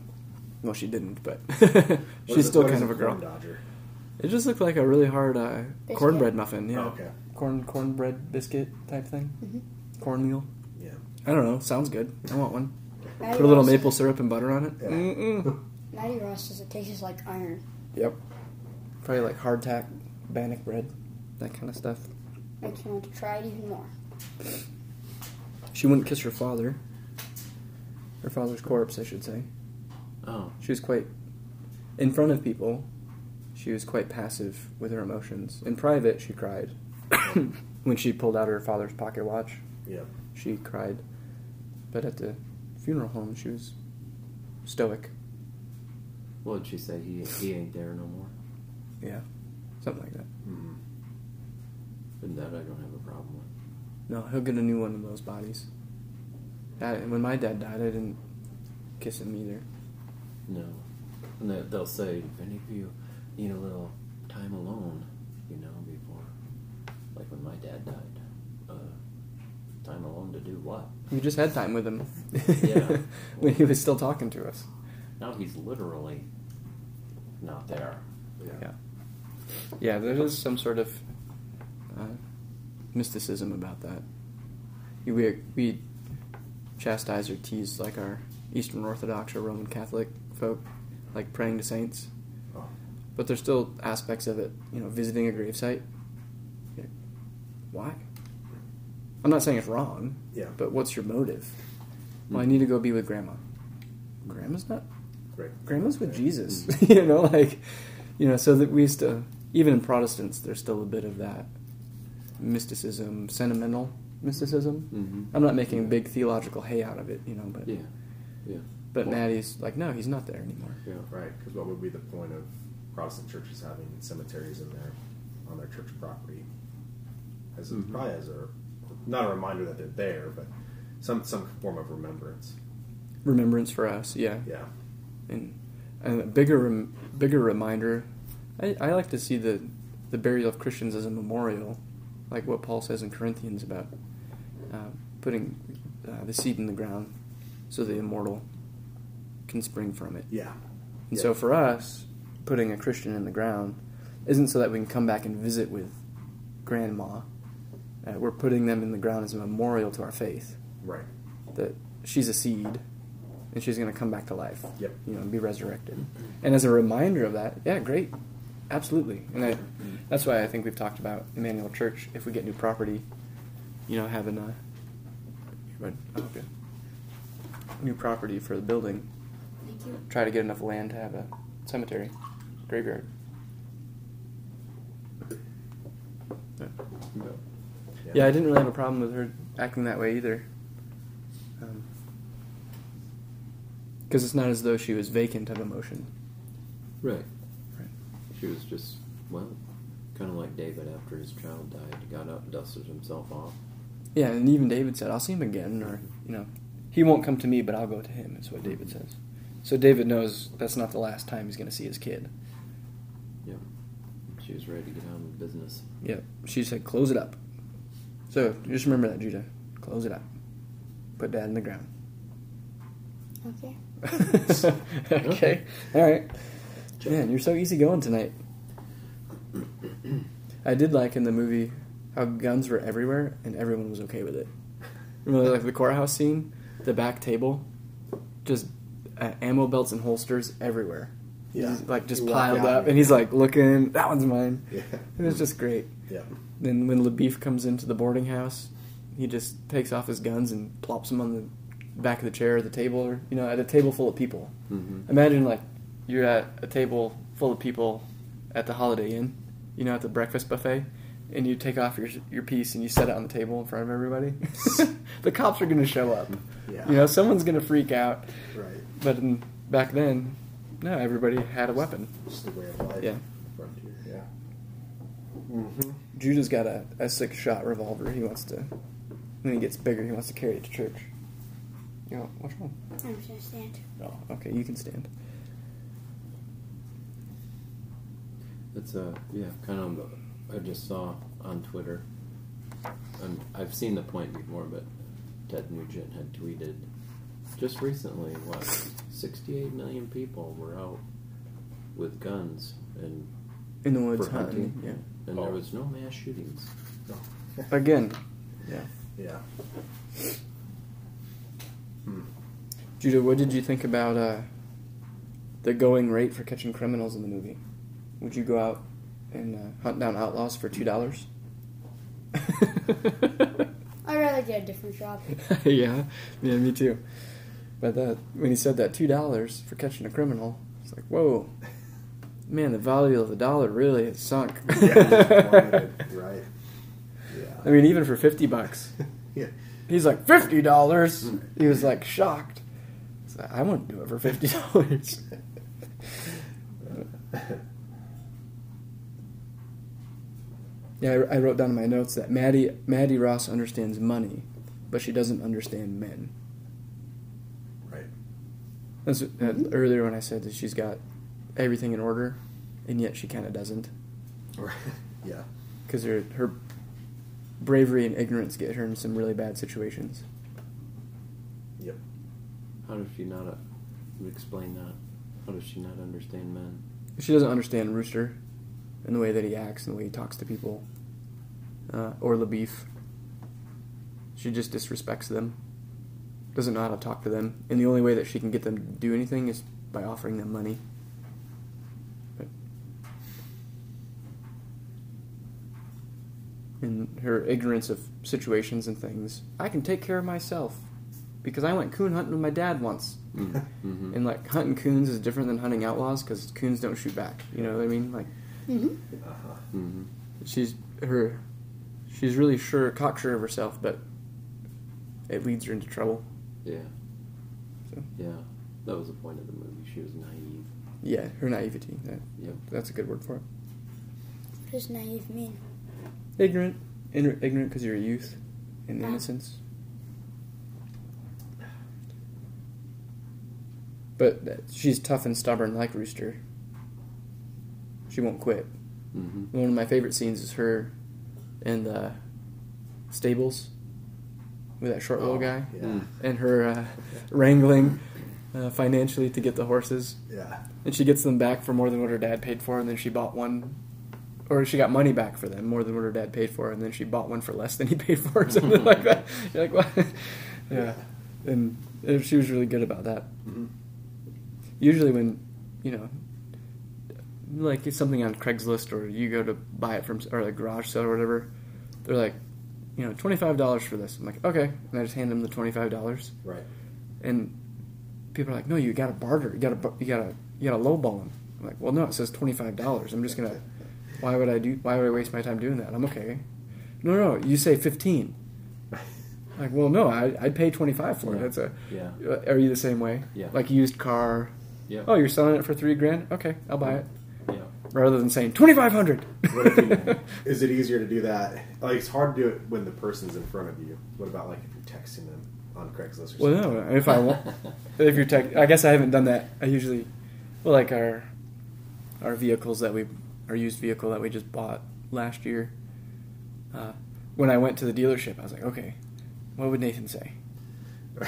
[SPEAKER 2] Well, she didn't, but
[SPEAKER 1] What
[SPEAKER 2] she's
[SPEAKER 1] is it-
[SPEAKER 2] still
[SPEAKER 1] what is
[SPEAKER 2] kind of a girl.
[SPEAKER 1] corn Dodger.
[SPEAKER 2] It just looked like a really hard uh,
[SPEAKER 3] Biscuit.
[SPEAKER 2] cornbread muffin. Yeah,
[SPEAKER 1] Oh, okay.
[SPEAKER 2] corn cornbread biscuit type thing,
[SPEAKER 3] Mhm.
[SPEAKER 2] cornmeal.
[SPEAKER 1] Yeah.
[SPEAKER 2] I don't know. Sounds good. I want one.
[SPEAKER 3] Maddie
[SPEAKER 2] Put a little
[SPEAKER 3] Ross-
[SPEAKER 2] maple syrup and butter on it.
[SPEAKER 1] Yeah.
[SPEAKER 2] Mm-mm.
[SPEAKER 3] Maddie Ross says it tastes like iron.
[SPEAKER 2] Yep. Probably like hardtack, bannock bread, that kind of stuff.
[SPEAKER 3] Makes me want to try it even more.
[SPEAKER 2] She wouldn't kiss her father. Her father's corpse, I should say.
[SPEAKER 4] Oh.
[SPEAKER 2] She was quite in front of people. She was quite passive with her emotions. In private, she cried when she pulled out her father's pocket watch.
[SPEAKER 1] Yeah.
[SPEAKER 2] she cried. But at the funeral home, she was stoic.
[SPEAKER 4] What did she say? He he ain't there no more.
[SPEAKER 2] Yeah, something like that.
[SPEAKER 1] Mm.
[SPEAKER 4] And that I don't have a problem with.
[SPEAKER 2] No, he'll get a new one of those bodies. That, and when my dad died, I didn't kiss him either.
[SPEAKER 4] No. And they, they'll say, if any of you need a little time alone, you know, before, like when my dad died, uh, time alone to do what?
[SPEAKER 2] We just had time with him.
[SPEAKER 4] Yeah.
[SPEAKER 2] when he was still talking to us.
[SPEAKER 4] Now he's literally not there.
[SPEAKER 2] Yeah. Yeah, there is some sort of uh, mysticism about that. You- We, we chastise or tease like our Eastern Orthodox or Roman Catholic folk, like praying to saints.
[SPEAKER 1] Oh.
[SPEAKER 2] But there's still aspects of it, you know, visiting a gravesite. Yeah. Why? I'm not saying it's wrong,
[SPEAKER 1] Yeah.
[SPEAKER 2] but what's your motive? Well, I need to go be with grandma. Grandma's not
[SPEAKER 1] Right.
[SPEAKER 2] grandma's with
[SPEAKER 1] Right.
[SPEAKER 2] Jesus, you know, like, you know, so that we used to, even in Protestants, there's still a bit of that mysticism, sentimental mysticism.
[SPEAKER 4] Mm-hmm.
[SPEAKER 2] I'm not making a big theological hay out of it, you know, but
[SPEAKER 4] Yeah. Yeah.
[SPEAKER 2] but Maddie's like, no, he's not there anymore.
[SPEAKER 4] Yeah.
[SPEAKER 1] Right. Because what would be the point of Protestant churches having cemeteries in their on their church property? As a,
[SPEAKER 2] Mm-hmm.
[SPEAKER 4] Mhm.
[SPEAKER 1] probably as a not a reminder that they're there, but some some form of remembrance.
[SPEAKER 2] Remembrance for us, yeah,
[SPEAKER 1] Yeah.
[SPEAKER 2] and and a bigger rem- bigger reminder. I, I like to see the the burial of Christians as a memorial, like what Paul says in Corinthians about uh, putting uh, the seed in the ground so the immortal can spring from it.
[SPEAKER 1] Yeah.
[SPEAKER 2] And
[SPEAKER 1] Yeah.
[SPEAKER 2] so for us, putting a Christian in the ground isn't so that we can come back and visit with grandma. Uh, we're putting them in the ground as a memorial to our faith
[SPEAKER 1] Right.
[SPEAKER 2] that she's a seed and she's going to come back to life.
[SPEAKER 1] Yep.
[SPEAKER 2] You know, and be resurrected. And as a reminder of that, yeah, great. Absolutely. And I, that's why I think we've talked about Emmanuel Church, if we get new property, you know, having a, but- oh, okay. new property for the building,
[SPEAKER 3] Thank you.
[SPEAKER 2] try to get enough land to have a cemetery, graveyard. Yeah. Yeah, I didn't really have a problem with her acting that way either. Because it's not as though she was vacant of emotion.
[SPEAKER 4] Right.
[SPEAKER 2] Right.
[SPEAKER 4] She was just, well, kind of like David after his child died. He got up, dusted himself off.
[SPEAKER 2] Yeah, and even David said, I'll see him again, or, you know, he won't come to me, but I'll go to him, is what David says. So David knows that's not the last time he's going to see his kid.
[SPEAKER 4] Yep. She was ready to get on with business.
[SPEAKER 2] Yeah, she said, close it up. So just remember that, Judah. Close it up. Put dad in the ground.
[SPEAKER 3] Okay.
[SPEAKER 2] okay. All right. Man, you're so easy going tonight. I did like in the movie how guns were everywhere and everyone was okay with it. Remember, like the courthouse scene, the back table, just uh, ammo belts and holsters everywhere.
[SPEAKER 1] Yeah.
[SPEAKER 2] Just, like just
[SPEAKER 1] You walk
[SPEAKER 2] piled
[SPEAKER 1] out
[SPEAKER 2] up,
[SPEAKER 1] and-
[SPEAKER 2] and he's like looking. That one's mine.
[SPEAKER 1] Yeah.
[SPEAKER 2] And it's just great.
[SPEAKER 1] Yeah.
[SPEAKER 2] Then when LeBeef comes into the boarding house, he just takes off his guns and plops them on the back of the chair or the table, or you know, at a table full of people.
[SPEAKER 4] Mm-hmm.
[SPEAKER 2] Imagine like you're at a table full of people at the Holiday Inn, you know, at the breakfast buffet, and you take off your your piece and you set it on the table in front of everybody. the cops are gonna show up.
[SPEAKER 1] Yeah.
[SPEAKER 2] You know, someone's gonna freak out.
[SPEAKER 1] Right.
[SPEAKER 2] But in, back then, no, everybody had a weapon.
[SPEAKER 1] Just the way of life.
[SPEAKER 2] Yeah.
[SPEAKER 1] Frontier. Yeah. Mm-hmm.
[SPEAKER 2] Judah's got a, a six shot revolver. He wants to. When he gets bigger, he wants to carry it to church. You know, what's wrong?
[SPEAKER 3] I'm just gonna stand.
[SPEAKER 2] Oh, okay, you can stand.
[SPEAKER 4] It's uh yeah, kind of. I just saw on Twitter. And I've seen the point before, but Ted Nugent had tweeted just recently what 68 million people were out with guns and
[SPEAKER 2] In the woods,
[SPEAKER 4] for hunting,
[SPEAKER 2] hunting. Yeah.
[SPEAKER 4] and there
[SPEAKER 1] Oh.
[SPEAKER 4] was no mass shootings.
[SPEAKER 2] Again. Yeah.
[SPEAKER 1] Yeah.
[SPEAKER 2] Judah, what did you think about uh, the going rate for catching criminals in the movie? Would you go out and uh, hunt down outlaws for two dollars?
[SPEAKER 3] I'd rather get a different job.
[SPEAKER 2] yeah, yeah, me too. But that when he said that two dollars for catching a criminal, it's like whoa, man, the value of the dollar really has sunk.
[SPEAKER 1] Yeah. right. Yeah.
[SPEAKER 2] I mean, even for fifty bucks,
[SPEAKER 1] yeah.
[SPEAKER 2] he's like fifty dollars. He was like shocked. It's- I wouldn't do it for fifty dollars. yeah, I, I wrote down in my notes that Maddie Maddie Ross understands money, but she doesn't understand men.
[SPEAKER 1] right.
[SPEAKER 2] That's uh, earlier when I said that she's got everything in order, and yet she kind of doesn't,
[SPEAKER 1] Right. Yeah.
[SPEAKER 2] because her her bravery and ignorance get her in some really bad situations.
[SPEAKER 1] Yep.
[SPEAKER 4] How does she not? Uh, you explain that. How does she not understand men?
[SPEAKER 2] She doesn't understand Rooster, and the way that he acts and the way he talks to people, uh, or LaBeef. She just disrespects them. Doesn't know how to talk to them, and the only way that she can get them to do anything is by offering them money. But- And her ignorance of situations and things. I can take care of myself because I went coon hunting with my dad once.
[SPEAKER 4] Mm-hmm.
[SPEAKER 2] And like hunting coons is different than hunting outlaws because coons don't shoot back. You know what I mean? Like
[SPEAKER 3] Mm-hmm.
[SPEAKER 1] Uh huh.
[SPEAKER 4] mm-hmm.
[SPEAKER 2] she's her, she's really sure cocksure of herself, but it leads her into trouble.
[SPEAKER 4] Yeah.
[SPEAKER 2] So.
[SPEAKER 4] Yeah. That was the point of the movie. She was naive.
[SPEAKER 2] Yeah, her naivety. That,
[SPEAKER 4] Yep.
[SPEAKER 2] that's a good word for it.
[SPEAKER 3] What does naive mean?
[SPEAKER 2] Ignorant, Ign- ignorant because you're a youth, and
[SPEAKER 3] Yeah.
[SPEAKER 2] innocence. But that, she's tough and stubborn like Rooster. She won't quit.
[SPEAKER 4] Mm-hmm.
[SPEAKER 2] One of my favorite scenes is her in the stables with that short
[SPEAKER 1] Oh.
[SPEAKER 2] little guy
[SPEAKER 1] Yeah.
[SPEAKER 4] Mm.
[SPEAKER 2] and her uh, wrangling uh, financially to get the horses.
[SPEAKER 1] Yeah.
[SPEAKER 2] And she gets them back for more than what her dad paid for, and then she bought one. Or she got money back for them, more than what her dad paid for, and then she bought one for less than he paid for, or something like that. You're like, what? yeah. And uh, she was really good about that
[SPEAKER 1] hmm
[SPEAKER 2] usually when you know like it's something on Craigslist or you go to buy it from or a garage sale or whatever they're like you know $25 for this I'm like okay and I just hand them the $25
[SPEAKER 1] Right.
[SPEAKER 2] and people are like no you got to barter you got to you got to you got to lowball them I'm like well no it says $25 I'm just going to why would I do why would I waste my time doing that I'm okay no no you say 15 like well no I I'd pay 25 for it
[SPEAKER 4] Yeah.
[SPEAKER 2] that's a
[SPEAKER 4] Yeah.
[SPEAKER 2] are you the same way
[SPEAKER 4] Yeah.
[SPEAKER 2] like used car
[SPEAKER 4] Yeah.
[SPEAKER 2] Oh, you're selling it for three grand? Okay, I'll buy it.
[SPEAKER 4] yeah.
[SPEAKER 2] Rather than saying twenty five hundred.
[SPEAKER 1] What if you, is it easier to do that? Like it's hard to do it when the person's in front of you. What about like if you're texting them on Craigslist or
[SPEAKER 2] well,
[SPEAKER 1] something?
[SPEAKER 2] no. If I want, if you're tech, I guess I haven't done that. I usually, well, like our, our vehicles that we, our used vehicle that we just bought last year. Uh, when I went to the dealership, I was like, okay, what would Nathan say?
[SPEAKER 1] No.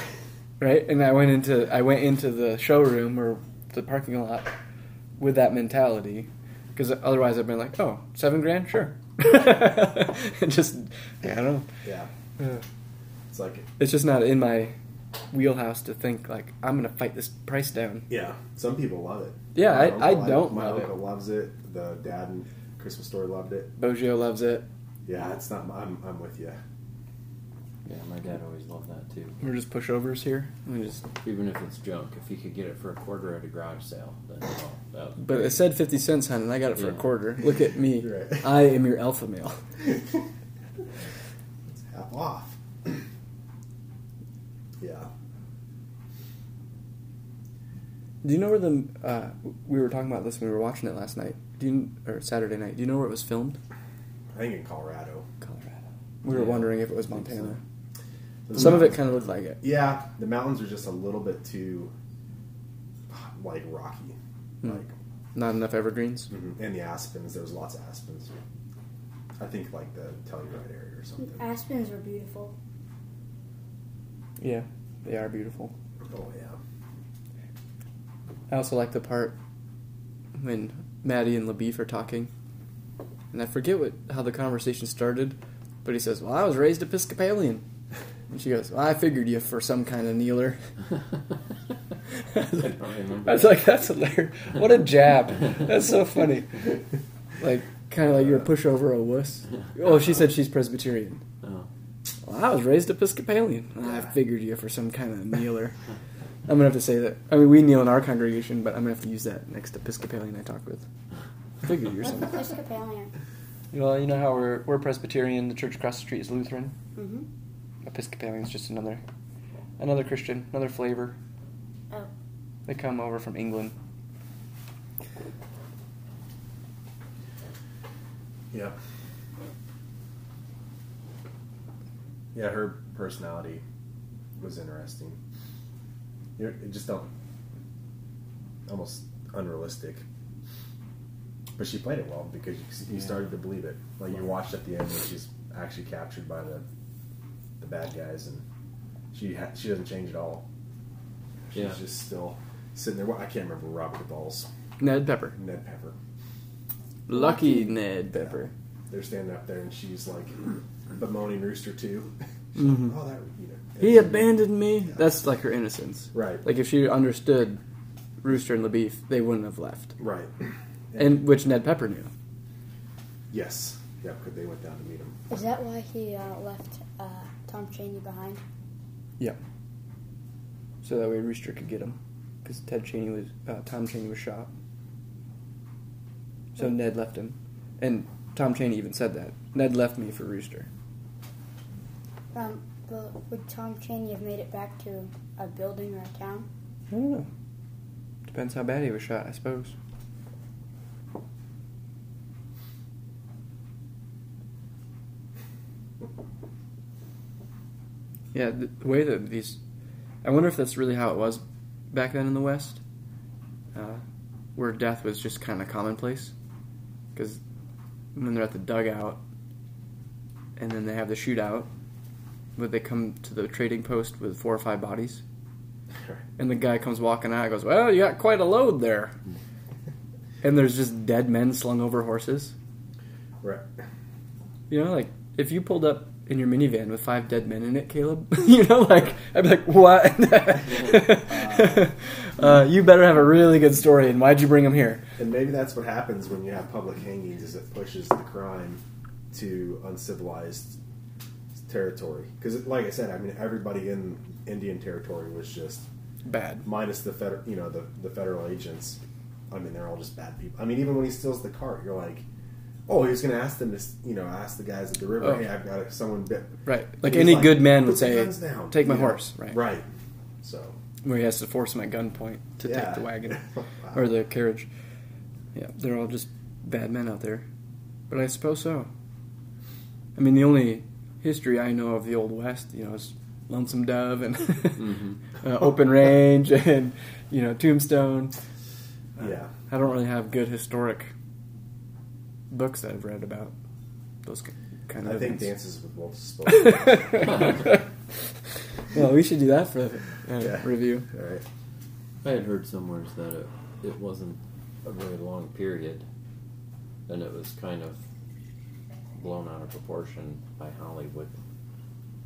[SPEAKER 2] right? And I went into I went into the showroom or the parking lot with that mentality because otherwise I've been like, oh, seven grand, sure. it just yeah, I don't.
[SPEAKER 1] yeah.
[SPEAKER 2] know.
[SPEAKER 1] It's like
[SPEAKER 2] It's just not in my wheelhouse to think like I'm gonna fight this price down.
[SPEAKER 1] yeah. Some people love it.
[SPEAKER 2] Yeah, I-
[SPEAKER 1] uncle
[SPEAKER 2] I
[SPEAKER 1] liked-
[SPEAKER 2] don't
[SPEAKER 1] My
[SPEAKER 2] love it.
[SPEAKER 1] uncle loves it. The dad in Christmas Story loved it.
[SPEAKER 2] Boggio loves it.
[SPEAKER 1] Yeah, it's not. I'm I'm with you.
[SPEAKER 4] Yeah. My dad always loved that too.
[SPEAKER 2] We're just pushovers here. We just,
[SPEAKER 4] Even if it's junk, if he could get it for a quarter at a garage sale, then well, that would
[SPEAKER 2] but it said fifty cents, hon, and I got it for a
[SPEAKER 4] Yeah.
[SPEAKER 2] quarter. Look at me.
[SPEAKER 1] You're right.
[SPEAKER 2] I am your alpha male.
[SPEAKER 1] It's half off. yeah.
[SPEAKER 2] Do you know where the uh, we were talking about this when we were watching it last night? Do you or Saturday night? Do you know where it was filmed?
[SPEAKER 1] I think in Colorado.
[SPEAKER 2] Colorado. We were
[SPEAKER 4] Yeah.
[SPEAKER 2] wondering if it was
[SPEAKER 4] I think
[SPEAKER 2] Montana.
[SPEAKER 1] The
[SPEAKER 2] Some of it
[SPEAKER 1] mountains-
[SPEAKER 2] kind of looked like it.
[SPEAKER 1] Yeah, the mountains are just a little bit too like rocky,
[SPEAKER 2] Hmm.
[SPEAKER 1] like
[SPEAKER 2] Not enough evergreens.
[SPEAKER 1] and the aspens. There was lots of aspens. I think like the Telluride area or something.
[SPEAKER 3] Aspens are beautiful.
[SPEAKER 2] Yeah, they are beautiful.
[SPEAKER 1] Oh yeah,
[SPEAKER 2] I also like the part when Maddie and LaBeef are talking, and I forget what how the conversation started, but he says, "Well, I was raised Episcopalian," and she goes, well, "I figured you for some kind of kneeler." I was like,
[SPEAKER 4] I remember
[SPEAKER 2] I was like, "That's hilarious! What a jab! That's so funny!" Like, kind of like you're a pushover, a wuss. Oh, she said she's Presbyterian.
[SPEAKER 4] Oh.
[SPEAKER 2] Well, I was raised Episcopalian. I figured you for some kind of kneeler. I'm gonna have to say that. I mean, we kneel in our congregation, but I'm gonna have to use that next Episcopalian I talk with. Figured you're
[SPEAKER 3] What's
[SPEAKER 2] something.
[SPEAKER 3] Episcopalian?
[SPEAKER 2] Well, you know how we're we're Presbyterian. The church across the street is Lutheran.
[SPEAKER 3] Mm-hmm.
[SPEAKER 2] Episcopalian is just another another Christian, another flavor.
[SPEAKER 3] Oh, Oh,
[SPEAKER 2] They come over from England.
[SPEAKER 1] Yeah. Yeah, her personality was interesting. You're, it just don't almost unrealistic. But she played it well because you, you
[SPEAKER 2] Yeah.
[SPEAKER 1] started to believe it. Like you watched at the end when she's actually captured by the the bad guys, and she ha- she doesn't change at all. She's
[SPEAKER 4] Yeah.
[SPEAKER 1] just still sitting there. Well, I can't remember Robert Duvall's
[SPEAKER 2] Ned Pepper.
[SPEAKER 1] Ned Pepper.
[SPEAKER 2] Lucky Ned Pepper.
[SPEAKER 1] they're standing up there and she's like bemoaning Rooster too.
[SPEAKER 2] Mhm.
[SPEAKER 1] Oh, that you know.
[SPEAKER 2] He abandoned me. That's like her innocence.
[SPEAKER 1] Right.
[SPEAKER 2] Like if she understood Rooster and LaBeef, they wouldn't have left.
[SPEAKER 1] right.
[SPEAKER 2] And which Ned Pepper knew.
[SPEAKER 1] Yes. Yep. Because they went down to meet him.
[SPEAKER 3] is that why he uh, left uh, Tom Cheney behind?
[SPEAKER 2] Yeah. So that way Rooster could get him, because Ted Cheney was uh, Tom Cheney was shot. So Ned left him, and Tom Cheney even said that Ned left me for Rooster.
[SPEAKER 3] Um, but would Tom Cheney have made it back to a building or a town?
[SPEAKER 2] I don't know. Depends how bad he was shot, I suppose. Yeah, the the way that these. I wonder if that's really how it was back then in the West, uh, where death was just kind of commonplace. Because when they're at the dugout, and then they have the shootout, but they come to the trading post with four or five bodies. And the guy comes walking out and goes, Well, you got quite a load there. and there's just dead men slung over horses.
[SPEAKER 1] Right.
[SPEAKER 2] You know, like if you pulled up in your minivan with five dead men in it, Caleb, you know, like I'd be like, What? uh, you better have a really good story and why'd you bring him here?
[SPEAKER 1] And maybe that's what happens when you have public hangings: is it pushes the crime to uncivilized territory. Because, like I said, I mean, everybody in Indian territory was just
[SPEAKER 2] Bad.
[SPEAKER 1] minus the federal, you know, the, the federal agents. I mean, they're all just bad people. I mean, even when he steals the cart, you're like, oh, he was going to ask them to, s- you know, ask the guys at the river,
[SPEAKER 2] Oh.
[SPEAKER 1] hey, I've got someone bit.
[SPEAKER 2] Right. Like
[SPEAKER 1] He's
[SPEAKER 2] any good man
[SPEAKER 1] "Put
[SPEAKER 2] would
[SPEAKER 1] the
[SPEAKER 2] say,
[SPEAKER 1] guns down,"
[SPEAKER 2] Take my
[SPEAKER 1] you know?
[SPEAKER 2] horse. Right.
[SPEAKER 1] Right. So,
[SPEAKER 2] Where he has to force him at gunpoint to
[SPEAKER 1] Yeah.
[SPEAKER 2] take the wagon.
[SPEAKER 1] Wow.
[SPEAKER 2] or the carriage. Yeah, they're all just bad men out there. But I suppose so. I mean, the only history I know of the Old West, you know, is Lonesome Dove and uh, Open Range and, you know, Tombstone.
[SPEAKER 1] yeah.
[SPEAKER 2] I don't really have good historic books that I've read about those ki- kind of
[SPEAKER 1] I think
[SPEAKER 2] events.
[SPEAKER 1] Dances with Wolves is supposed to
[SPEAKER 2] well, we should do that for a uh,
[SPEAKER 1] Yeah.
[SPEAKER 2] review.
[SPEAKER 1] All right.
[SPEAKER 4] I had heard somewhere that it, it wasn't a very long period, and it was kind of blown out of proportion by Hollywood.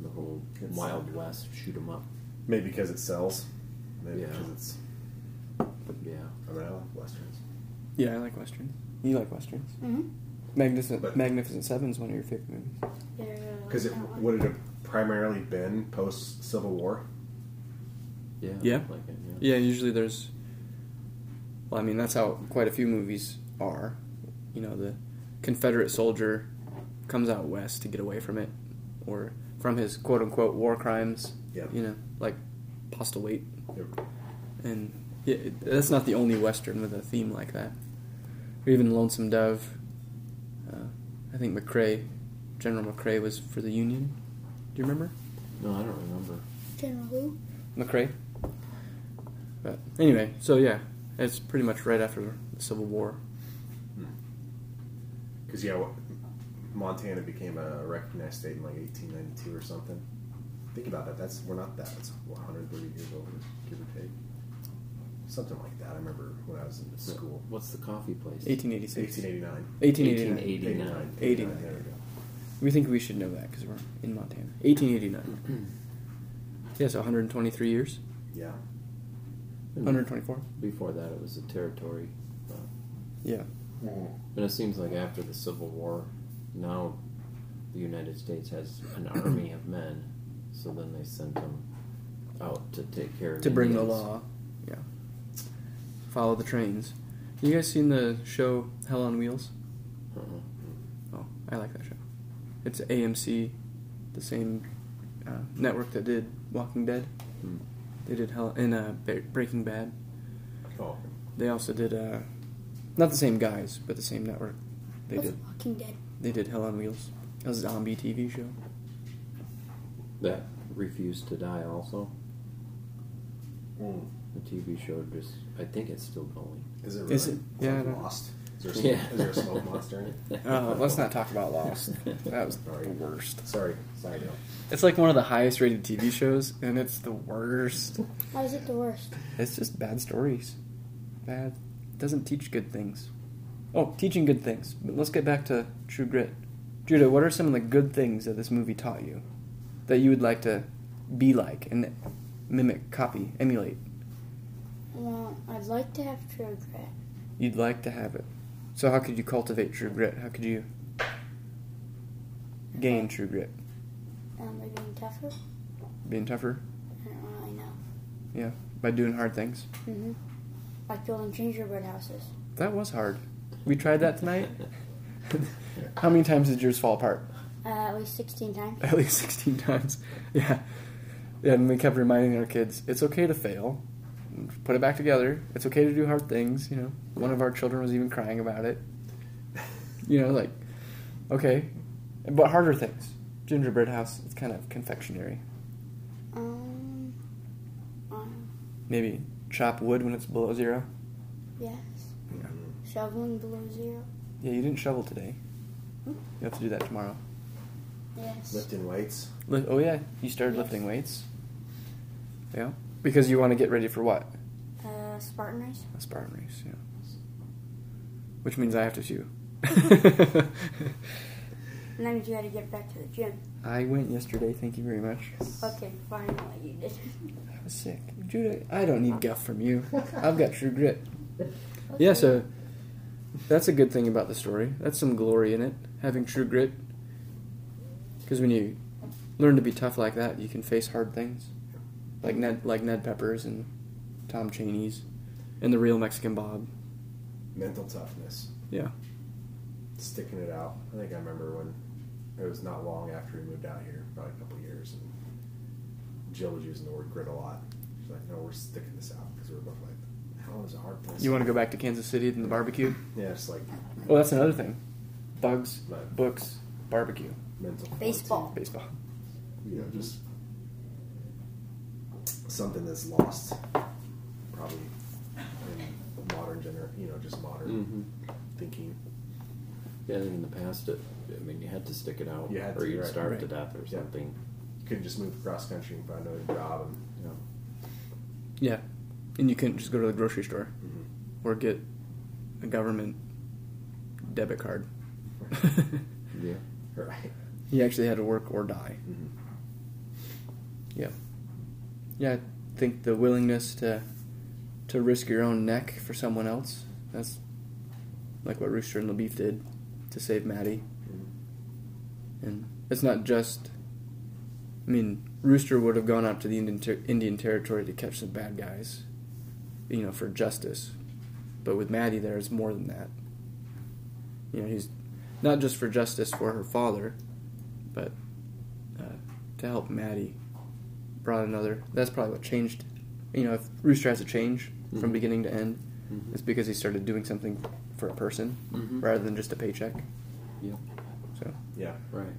[SPEAKER 4] The whole
[SPEAKER 1] It's-
[SPEAKER 4] Wild West shoot 'em up.
[SPEAKER 1] Maybe because it sells. Maybe
[SPEAKER 4] Yeah.
[SPEAKER 1] because it's,
[SPEAKER 4] Yeah.
[SPEAKER 1] I mean, I love Westerns.
[SPEAKER 2] Yeah, I like westerns. You like westerns?
[SPEAKER 3] Mm-hmm.
[SPEAKER 2] Magnificent,
[SPEAKER 1] But-
[SPEAKER 2] Magnificent Seven is one of your favorite movies.
[SPEAKER 3] uh,
[SPEAKER 1] Because it would it have primarily been post Civil War?
[SPEAKER 4] Yeah.
[SPEAKER 2] Yeah.
[SPEAKER 4] Like it, yeah.
[SPEAKER 2] Yeah, usually there's. Well, I mean, that's how quite a few movies are. You know, the Confederate soldier comes out west to get away from it, or from his quote unquote war crimes.
[SPEAKER 1] Yeah.
[SPEAKER 2] You know, like Postulate.
[SPEAKER 1] Yep.
[SPEAKER 2] And yeah, it- that's not the only Western with a theme like that. Or even Lonesome Dove. Uh, I think McCrae, General McCrae, was for the Union. Do you remember?
[SPEAKER 4] No, I don't remember.
[SPEAKER 3] General who?
[SPEAKER 2] McCrae. But Uh, anyway, so yeah, it's pretty much right after the Civil War.
[SPEAKER 1] Because yeah, what- Montana became a recognized state in like 1892 or something. Think about that. That's we're not that. It's 130 years old, give or take. Something like that. I remember when I was in
[SPEAKER 4] So,
[SPEAKER 1] school.
[SPEAKER 4] What's the coffee place?
[SPEAKER 2] 1886.
[SPEAKER 1] 1889.
[SPEAKER 2] 1889.
[SPEAKER 4] 89.
[SPEAKER 1] 89.
[SPEAKER 2] 89.
[SPEAKER 1] There we go.
[SPEAKER 2] We think we should know that because we're in Montana. 1889. yeah, so 123 years.
[SPEAKER 1] Yeah.
[SPEAKER 4] And
[SPEAKER 2] 124.
[SPEAKER 4] Before that, it was a territory. uh, But,
[SPEAKER 2] Yeah.
[SPEAKER 4] but it seems like after the Civil War, now the United States has an army of men. So then they sent them out to take care of
[SPEAKER 2] To bring the
[SPEAKER 4] Indians.
[SPEAKER 2] law. Yeah. Follow the trains. You guys seen the show Hell on Wheels?
[SPEAKER 4] Uh-uh.
[SPEAKER 2] Oh, I like that show. It's AMC, the same uh, network that did Walking Dead.
[SPEAKER 4] Hmm.
[SPEAKER 2] They did hell in uh, Ba- Breaking Bad.
[SPEAKER 1] Oh,
[SPEAKER 2] They also did uh, not the same guys, but the same network. They
[SPEAKER 3] What's
[SPEAKER 2] did
[SPEAKER 3] Walking Dead?
[SPEAKER 2] they did Hell on Wheels, a zombie TV show.
[SPEAKER 4] That refused to die. Also,
[SPEAKER 1] Mm.
[SPEAKER 4] the TV show just. I think it's still going.
[SPEAKER 1] is it? Really?
[SPEAKER 2] Is it- yeah, I
[SPEAKER 1] Is
[SPEAKER 2] know.
[SPEAKER 1] Lost. Is there, a
[SPEAKER 4] Yeah.
[SPEAKER 1] smoke, is there a smoke monster in it?
[SPEAKER 2] Uh, let's not talk about Lost. That was
[SPEAKER 1] Sorry.
[SPEAKER 2] the worst.
[SPEAKER 1] Sorry, sorry. No.
[SPEAKER 2] It's like one of the highest rated TV shows, and it's the worst.
[SPEAKER 3] Why is it the worst?
[SPEAKER 2] It's just bad stories. Bad. Doesn't teach good things. Oh, teaching good things. But let's get back to True Grit. Judah, what are some of the good things that this movie taught you that you would like to be like and mimic, copy, emulate?
[SPEAKER 3] Well, I'd like to have true grit.
[SPEAKER 2] You'd like to have it. So, how could you cultivate True Grit? How could you gain True Grit?
[SPEAKER 3] Um, by being tougher.
[SPEAKER 2] Being tougher?
[SPEAKER 3] I don't really know.
[SPEAKER 2] Yeah. By doing hard things?
[SPEAKER 3] hmm Like building gingerbread houses.
[SPEAKER 2] That was hard. We tried that tonight. How many times did yours fall apart?
[SPEAKER 3] Uh, at least 16 times.
[SPEAKER 2] At least 16 times. Yeah. Yeah, and we kept reminding our kids it's okay to fail. Put it back together. It's okay to do hard things, you know. One of our children was even crying about it. You know, like okay, but harder things. Gingerbread house, it's kind of confectionery.
[SPEAKER 3] Um, um,
[SPEAKER 2] Maybe chop wood when it's below 0.
[SPEAKER 3] yes.
[SPEAKER 1] Hmm.
[SPEAKER 3] Shoveling below zero.
[SPEAKER 2] Yeah, you didn't shovel today. You have to do that tomorrow.
[SPEAKER 3] Yes.
[SPEAKER 1] Lifting weights.
[SPEAKER 2] Li- oh yeah, you started
[SPEAKER 3] Yes.
[SPEAKER 2] lifting weights. Yeah, because you want to get ready for what?
[SPEAKER 3] Uh, Spartan race.
[SPEAKER 2] A Spartan race. Yeah. Which means I have to shoot.
[SPEAKER 3] And that means you had to get back to the gym.
[SPEAKER 2] I went yesterday. Thank you very much.
[SPEAKER 3] Okay, finally you did.
[SPEAKER 2] I was sick, Judah. I don't need guff from you. I've got true grit. Yeah, so that's a good thing about the story. That's some glory in it, having true grit. Because when you learn to be tough like that, you can face hard things, like Ned, like Ned Pepper's and Tom Cheney's, and the real Mexican Bob.
[SPEAKER 1] Mental toughness.
[SPEAKER 2] Yeah,
[SPEAKER 1] Sticking it out. I think I remember when it was not long after we moved out here, probably a couple years, and Jill was using the word grit a lot. She's like, "No, we're sticking this out because we're both like, hell is a hard place."
[SPEAKER 2] you want to go back to Kansas City and the barbecue?
[SPEAKER 1] Yeah, it's like
[SPEAKER 2] Oh, that's another thing. Bugs,
[SPEAKER 1] Right.
[SPEAKER 2] books, barbecue,
[SPEAKER 1] mental
[SPEAKER 3] Baseball.
[SPEAKER 2] baseball.
[SPEAKER 1] you know, just something that's lost, probably in modern gener, you know, just modern
[SPEAKER 4] Mm-hmm.
[SPEAKER 1] thinking.
[SPEAKER 4] Yeah, I think in the past, it, I mean, you had to stick it out,
[SPEAKER 1] You had
[SPEAKER 4] or
[SPEAKER 1] to,
[SPEAKER 4] you'd
[SPEAKER 1] right.
[SPEAKER 4] starve to
[SPEAKER 2] Right.
[SPEAKER 4] death or
[SPEAKER 1] Yeah.
[SPEAKER 4] something.
[SPEAKER 1] You couldn't just move across country and find another job, and you know,
[SPEAKER 2] Yeah, and you couldn't just go to the grocery store
[SPEAKER 1] mm-hmm.
[SPEAKER 2] or get a government debit card.
[SPEAKER 4] Yeah.
[SPEAKER 1] right? Mm-hmm.
[SPEAKER 2] he actually had to work or die. Yeah, yeah. I think the willingness to to risk your own neck for someone else—that's like what Rooster and LaBeef did to save Maddie.
[SPEAKER 1] Mm-hmm.
[SPEAKER 2] And it's not just. I mean, Rooster would have gone out to the Indian, ter- Indian Territory to catch some bad guys, you know, for justice. But with Maddie, there is more than that. You know, he's not just for justice for her father, but uh, to help Maddie. Brought another. That's probably what changed. You know, if Rooster has to change from
[SPEAKER 4] Mhm.
[SPEAKER 2] beginning to end,
[SPEAKER 4] Mhm.
[SPEAKER 2] it's because he started doing something for a person
[SPEAKER 4] Mhm.
[SPEAKER 2] rather than just a paycheck.
[SPEAKER 4] Yeah.
[SPEAKER 2] So.
[SPEAKER 1] Yeah,
[SPEAKER 4] Right.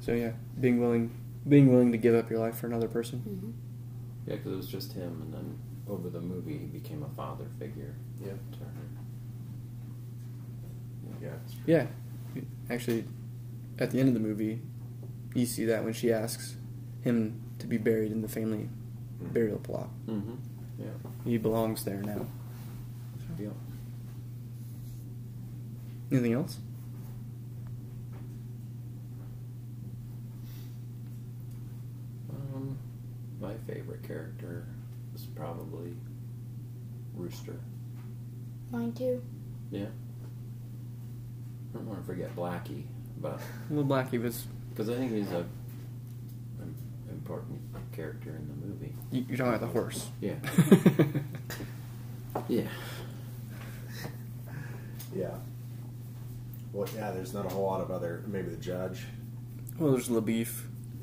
[SPEAKER 2] So yeah, being willing, being willing to give up your life for another person.
[SPEAKER 3] Mm-hmm.
[SPEAKER 4] Yeah, because it was just him, and then over the movie, he became a father figure
[SPEAKER 1] yeah,
[SPEAKER 4] to her.
[SPEAKER 1] yeah.
[SPEAKER 2] Yeah, actually, at the end of the movie, you see that when she asks him to be buried in the family burial plot.
[SPEAKER 4] Mm-hmm. Yeah.
[SPEAKER 2] He belongs there now.
[SPEAKER 4] Yeah.
[SPEAKER 2] Anything else?
[SPEAKER 4] Um, my favorite character is probably Rooster.
[SPEAKER 3] Mine too.
[SPEAKER 4] Yeah. I don't want to forget Blackie, but
[SPEAKER 2] Well, Blackie was.
[SPEAKER 4] because I think he's a an important character in the movie.
[SPEAKER 2] you- You're talking about the horse.
[SPEAKER 4] Yeah. Yeah.
[SPEAKER 1] Yeah. Well, yeah. There's not a whole lot of other. Maybe the judge.
[SPEAKER 2] well, there's LaBeef.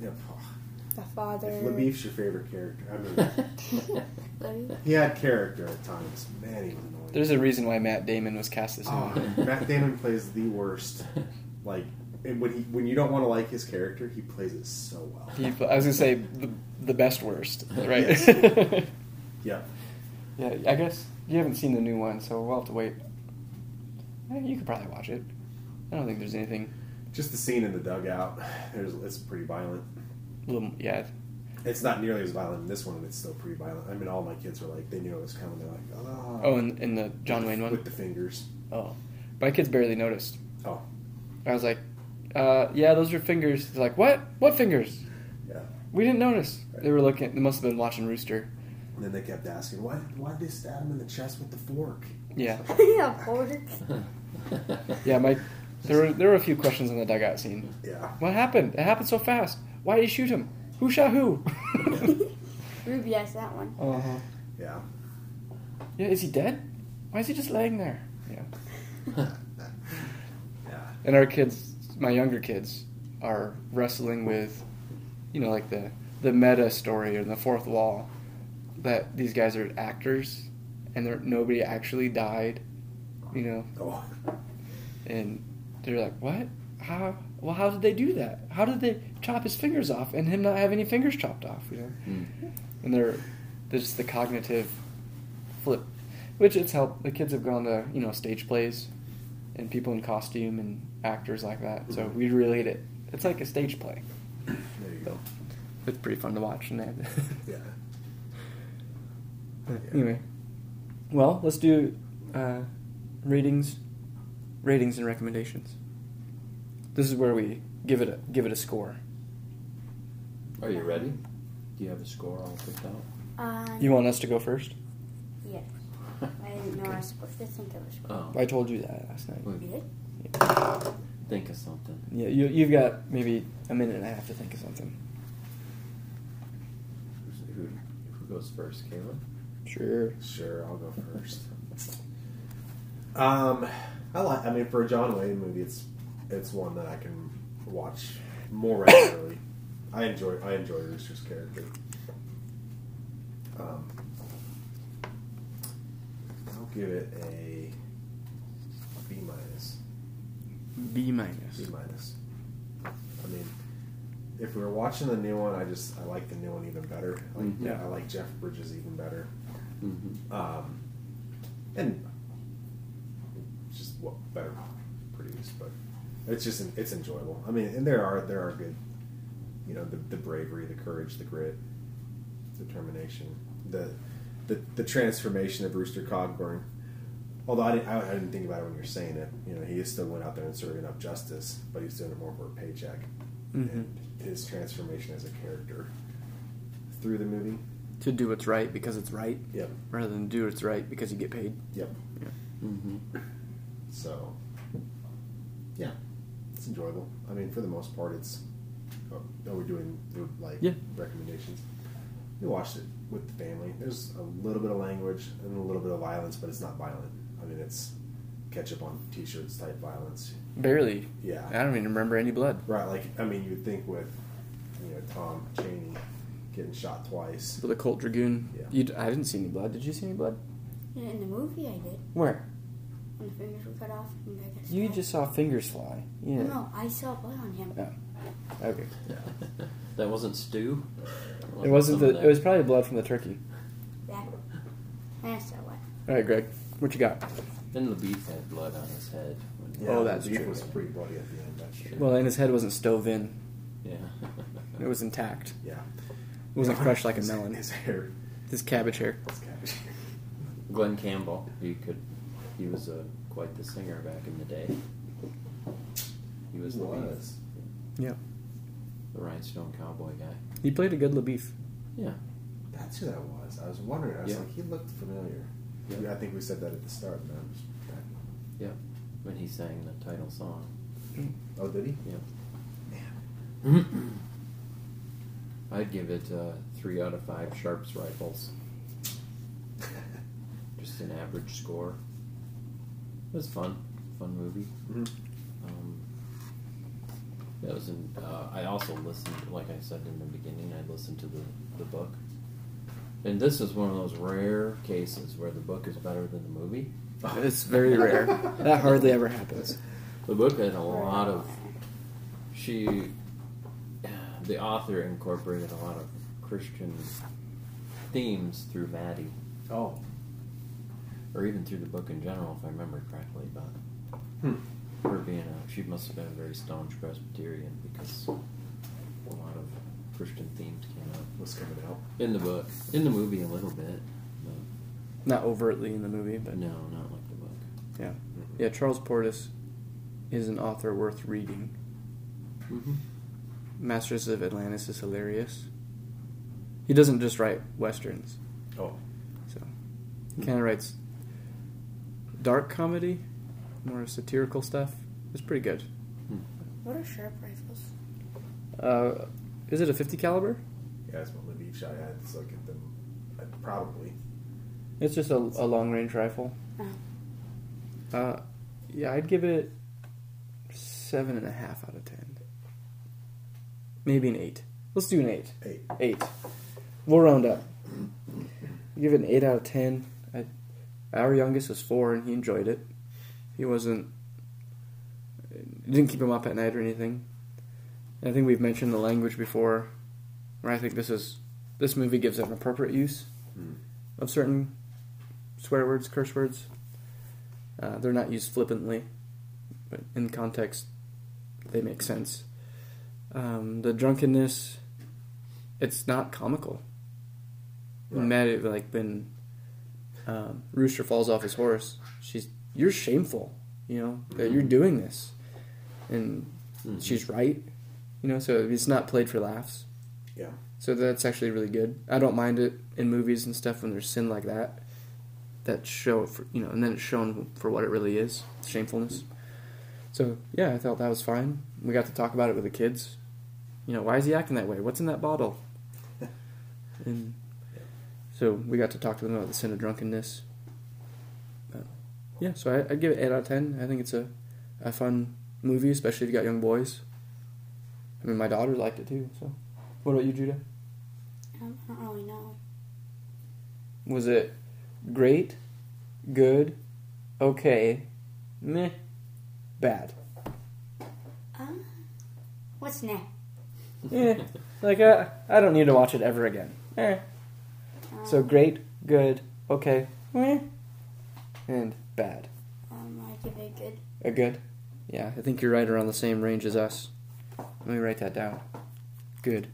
[SPEAKER 1] Yeah.
[SPEAKER 3] the father.
[SPEAKER 1] If Labeef's your favorite character, I mean,
[SPEAKER 3] Labeef?
[SPEAKER 1] he had character at times. Man, he was annoying.
[SPEAKER 2] There's a reason why Matt Damon was cast as him.
[SPEAKER 1] Oh, Matt Damon plays the worst. Like, and when he when you don't want to like his character, he plays it so well.
[SPEAKER 2] He, I was gonna say the, the best worst, right?
[SPEAKER 1] Yes. Yeah,
[SPEAKER 2] yeah, I guess you haven't seen the new one, so we'll have to wait. Eh, You could probably watch it. I don't think there's anything.
[SPEAKER 1] just the scene in the dugout. There's it's pretty violent.
[SPEAKER 2] Little, yeah,
[SPEAKER 1] It's not nearly as violent in this one, but it's still pretty violent. I mean, all my kids were like, they knew it was coming. They're like, oh,
[SPEAKER 2] Oh, and, and the John Wayne one.
[SPEAKER 1] with the fingers.
[SPEAKER 2] Oh, my kids barely noticed.
[SPEAKER 1] Oh,
[SPEAKER 2] I was like, uh, "Yeah, those are fingers." They're like, "What? What fingers?
[SPEAKER 1] yeah.
[SPEAKER 2] We didn't notice." They were looking. They must have been watching Rooster.
[SPEAKER 1] And then they kept asking, why why did they stab him in the chest with the fork?
[SPEAKER 2] Yeah,
[SPEAKER 3] yeah, pork.
[SPEAKER 2] yeah. My there were there were a few questions in the dugout scene.
[SPEAKER 1] Yeah,
[SPEAKER 2] What happened? It happened so fast. Why did you shoot him? Who shot who?
[SPEAKER 3] Ruby asked that one.
[SPEAKER 2] uh huh.
[SPEAKER 1] yeah.
[SPEAKER 2] Yeah, is he dead? Why is he just laying there? Yeah.
[SPEAKER 1] Yeah.
[SPEAKER 2] And our kids, my younger kids, are wrestling with, you know, like the the meta story or the fourth wall that these guys are actors and they're, nobody actually died, you know,
[SPEAKER 1] Oh,
[SPEAKER 2] and they're like, what? How? Well, how did they do that? How did they chop his fingers off and him not have any fingers chopped off? You know,
[SPEAKER 4] Hmm.
[SPEAKER 2] and they're there's the cognitive flip, which it's helped. The kids have gone to you know stage plays, and people in costume and actors like that. So we relate it. It's like a stage play.
[SPEAKER 1] there you go.
[SPEAKER 2] So it's pretty fun to watch. And that.
[SPEAKER 1] Yeah.
[SPEAKER 2] But anyway, well, let's do uh, ratings, ratings and recommendations. This is where we give it a give it a score.
[SPEAKER 4] Are you ready? Do you have a score all picked out?
[SPEAKER 3] Um,
[SPEAKER 2] You want us to go first?
[SPEAKER 3] Yes. I didn't know I was supposed to think I was supposed
[SPEAKER 4] Oh,
[SPEAKER 2] I told you that last night.
[SPEAKER 3] to. You did?
[SPEAKER 4] think of something.
[SPEAKER 2] Yeah, you, you've got maybe a minute and a half to think of something.
[SPEAKER 4] Who's- Who, who goes first, Caleb?
[SPEAKER 2] Sure.
[SPEAKER 1] Sure, I'll go first. Um, I like. I mean, for a John Wayne movie, it's it's one that I can watch more regularly. I enjoy I enjoy Rooster's character. Um, I'll give it a B minus.
[SPEAKER 2] B minus.
[SPEAKER 1] B minus. I mean, if we were watching the new one, I just I like the new one even better. I Like,
[SPEAKER 4] Mhm.
[SPEAKER 1] yeah, I like Jeff Bridges even better.
[SPEAKER 4] Mm-hmm.
[SPEAKER 1] Um, and just what better produced, but it's just it's enjoyable. I mean, and there are there are good, you know, the, the bravery, the courage, the grit, determination, the the, the transformation of Brewster Cogburn. Although I didn't, I, I didn't think about it when you're saying it, you know, he still went out there and serving up justice, but he's doing it more for a paycheck.
[SPEAKER 2] Mhm.
[SPEAKER 1] And his transformation as a character through the movie.
[SPEAKER 2] To do what's right because it's right,
[SPEAKER 1] Yep.
[SPEAKER 2] rather than do what's right because you get paid.
[SPEAKER 1] Yep.
[SPEAKER 4] Mm-hmm.
[SPEAKER 1] So, yeah, it's enjoyable. I mean, for the most part, it's. Oh, are we doing we're, like
[SPEAKER 2] Yeah.
[SPEAKER 1] recommendations? We watched it with the family. There's a little bit of language and a little bit of violence, but it's not violent. I mean, it's ketchup on t-shirts type violence.
[SPEAKER 2] Barely.
[SPEAKER 1] Yeah.
[SPEAKER 2] I don't even remember any blood.
[SPEAKER 1] Right. Like I mean, you'd think with you know Tom Cheney getting shot twice.
[SPEAKER 2] With a Colt Dragoon.
[SPEAKER 1] Yeah.
[SPEAKER 2] You'd, I didn't see any blood. Did you see any blood?
[SPEAKER 3] Yeah, in the movie I did.
[SPEAKER 2] Where?
[SPEAKER 3] When the fingers were cut off. And I got
[SPEAKER 2] You
[SPEAKER 3] stabbed.
[SPEAKER 2] just saw fingers fly. Yeah.
[SPEAKER 3] No, I saw blood on him.
[SPEAKER 2] Oh. Okay.
[SPEAKER 4] That wasn't stew.
[SPEAKER 2] It wasn't the.
[SPEAKER 4] something
[SPEAKER 2] It was probably blood from the turkey.
[SPEAKER 3] That. And I saw what?
[SPEAKER 2] All right, Greg. What you got?
[SPEAKER 4] Then the beef had blood on his head. when he-
[SPEAKER 1] Yeah,
[SPEAKER 2] Oh, that's
[SPEAKER 1] the beef
[SPEAKER 2] true.
[SPEAKER 1] was pretty bloody at the end. That's true.
[SPEAKER 2] Well, and his head wasn't stove in.
[SPEAKER 4] yeah.
[SPEAKER 2] It was intact.
[SPEAKER 1] yeah.
[SPEAKER 2] It wasn't crushed like a
[SPEAKER 1] His-
[SPEAKER 2] melon.
[SPEAKER 1] His hair.
[SPEAKER 2] His cabbage hair.
[SPEAKER 1] His cabbage.
[SPEAKER 4] Glenn Campbell. He could. He was uh, quite the singer back in the day. He was the
[SPEAKER 1] Was.
[SPEAKER 2] Yeah.
[SPEAKER 4] the rhinestone cowboy guy.
[SPEAKER 2] He played a good LaBeef.
[SPEAKER 4] Yeah.
[SPEAKER 1] That's who that was. I was wondering. I was
[SPEAKER 4] Yeah.
[SPEAKER 1] like, he looked familiar.
[SPEAKER 4] Yeah.
[SPEAKER 1] Yeah, I think we said that at the start, man.
[SPEAKER 4] Yeah. When he sang the title song.
[SPEAKER 1] Oh, did he?
[SPEAKER 4] Yeah.
[SPEAKER 1] Man.
[SPEAKER 4] I'd give it uh, three out of five Sharps rifles. Just an average score.
[SPEAKER 1] Mm-hmm.
[SPEAKER 4] It was fun. Fun movie.
[SPEAKER 1] Mhm.
[SPEAKER 4] Um, yeah, That was in. Uh, I also listened, like I said in the beginning, I listened to the, the book. And this is one of those rare cases where the book is better than the movie.
[SPEAKER 2] It's very rare. That hardly ever happens.
[SPEAKER 4] The book had a lot of. She. The author incorporated a lot of Christian themes through Maddie,
[SPEAKER 1] Oh.
[SPEAKER 4] or even through the book in general, if I remember correctly. But
[SPEAKER 1] Hmm.
[SPEAKER 4] her being a. She must have been a very staunch Presbyterian because a lot of Christian themes came up.
[SPEAKER 1] Was coming out.
[SPEAKER 4] In the book. In the movie, a little bit. But,
[SPEAKER 2] Not overtly in the movie, but
[SPEAKER 4] but no, not like the book.
[SPEAKER 2] yeah,
[SPEAKER 1] Mm-hmm.
[SPEAKER 2] yeah. Charles Portis is an author worth reading.
[SPEAKER 4] Mm-hmm.
[SPEAKER 2] Masters of Atlantis is hilarious. He doesn't just write westerns,
[SPEAKER 1] Oh.
[SPEAKER 2] so he kind of writes dark comedy, more satirical stuff. It's pretty good.
[SPEAKER 4] Hmm.
[SPEAKER 3] What are sharp rifles?
[SPEAKER 2] Uh, is it a 50 caliber?
[SPEAKER 1] Yeah, that's what Lviv shot at. So I get them. I, probably.
[SPEAKER 2] It's just a, a long range rifle.
[SPEAKER 3] Oh.
[SPEAKER 2] Uh, yeah, I'd give it seven and a half out of ten. Maybe an eight. Let's do an eight.
[SPEAKER 1] Eight.
[SPEAKER 2] Eight. We'll round up. Give it an eight out of ten. I, our youngest was four, and he enjoyed it. He wasn't. It didn't keep him up at night or anything. And I think we've mentioned the language before, where I think this is this movie gives an appropriate use of certain swear words, curse words. Uh, they're not used flippantly, but in context, they make sense. Um, the drunkenness, it's not comical.
[SPEAKER 1] Right.
[SPEAKER 2] Matt, it, like when um, Rooster falls off his horse, she's you're shameful, you know, that you're doing this, and
[SPEAKER 4] Mhm.
[SPEAKER 2] she's right, you know. So it's not played for laughs.
[SPEAKER 1] Yeah.
[SPEAKER 2] So that's actually really good. I don't mind it in movies and stuff when there's sin like that. That show, for, you know, and then it's shown for what it really is shamefulness. So, yeah, I thought that was fine. We got to talk about it with the kids. You know, why is he acting that way? What's in that bottle? and so we got to talk to them about the sin of drunkenness. But, yeah, so I, I'd give it 8 out of 10. I think it's a, a fun movie, especially if you got young boys. I mean, my daughter liked it too, so. What about you, Judah?
[SPEAKER 3] Um, I don't really know.
[SPEAKER 2] Was it great, good, okay, meh, bad?
[SPEAKER 3] Um, what's next?
[SPEAKER 2] Yeah, Eh, like I, I don't need to watch it ever again. Eh.
[SPEAKER 3] Um,
[SPEAKER 2] So great, good, okay, meh, and bad.
[SPEAKER 3] Um, I give it a good.
[SPEAKER 2] A good? Yeah, I think you're right around the same range as us. Let me write that down. Good.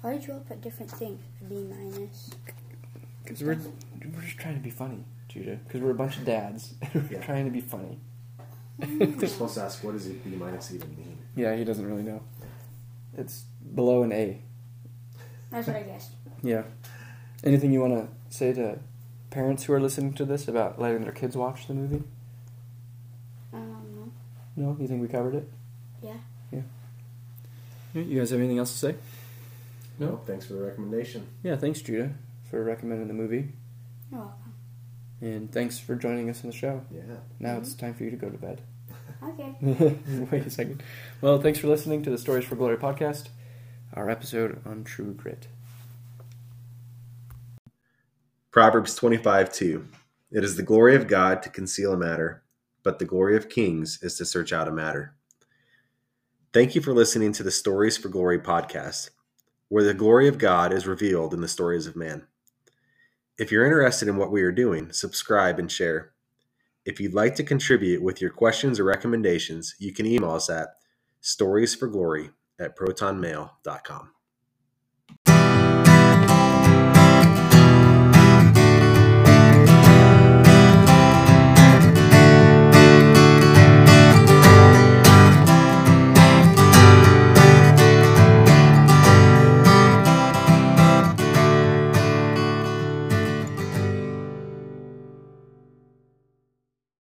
[SPEAKER 3] Why did you all put different things? A B minus.
[SPEAKER 2] Because we're, we're just trying to be funny, Judah. Because we're a bunch of dads. we're
[SPEAKER 1] Yeah.
[SPEAKER 2] trying to be funny.
[SPEAKER 1] You're supposed to ask what does it B minus even mean?
[SPEAKER 2] Yeah, he doesn't really know. It's below an A.
[SPEAKER 3] That's what I guessed.
[SPEAKER 2] Yeah. Anything you want to say to parents who are listening to this about letting their kids watch the movie?
[SPEAKER 3] Um,
[SPEAKER 2] No, you think we covered it?
[SPEAKER 3] yeah.
[SPEAKER 2] You guys have anything else to say?
[SPEAKER 1] Well, thanks for the recommendation.
[SPEAKER 2] Yeah, thanks Judah for recommending the movie,
[SPEAKER 3] You're welcome.
[SPEAKER 2] and thanks for joining us on the show.
[SPEAKER 1] Yeah.
[SPEAKER 2] Now it's time for you to go to bed.
[SPEAKER 3] Okay.
[SPEAKER 2] Wait a second. Well, thanks for listening to the Stories for Glory podcast, our episode on True Grit.
[SPEAKER 1] Proverbs 25 2. It is the glory of God to conceal a matter, but the glory of kings is to search out a matter. Thank you for listening to the Stories for Glory podcast, where the glory of God is revealed in the stories of man. If you're interested in what we are doing, subscribe and share. If you'd like to contribute with your questions or recommendations, you can email us at storiesforglory at protonmail.com.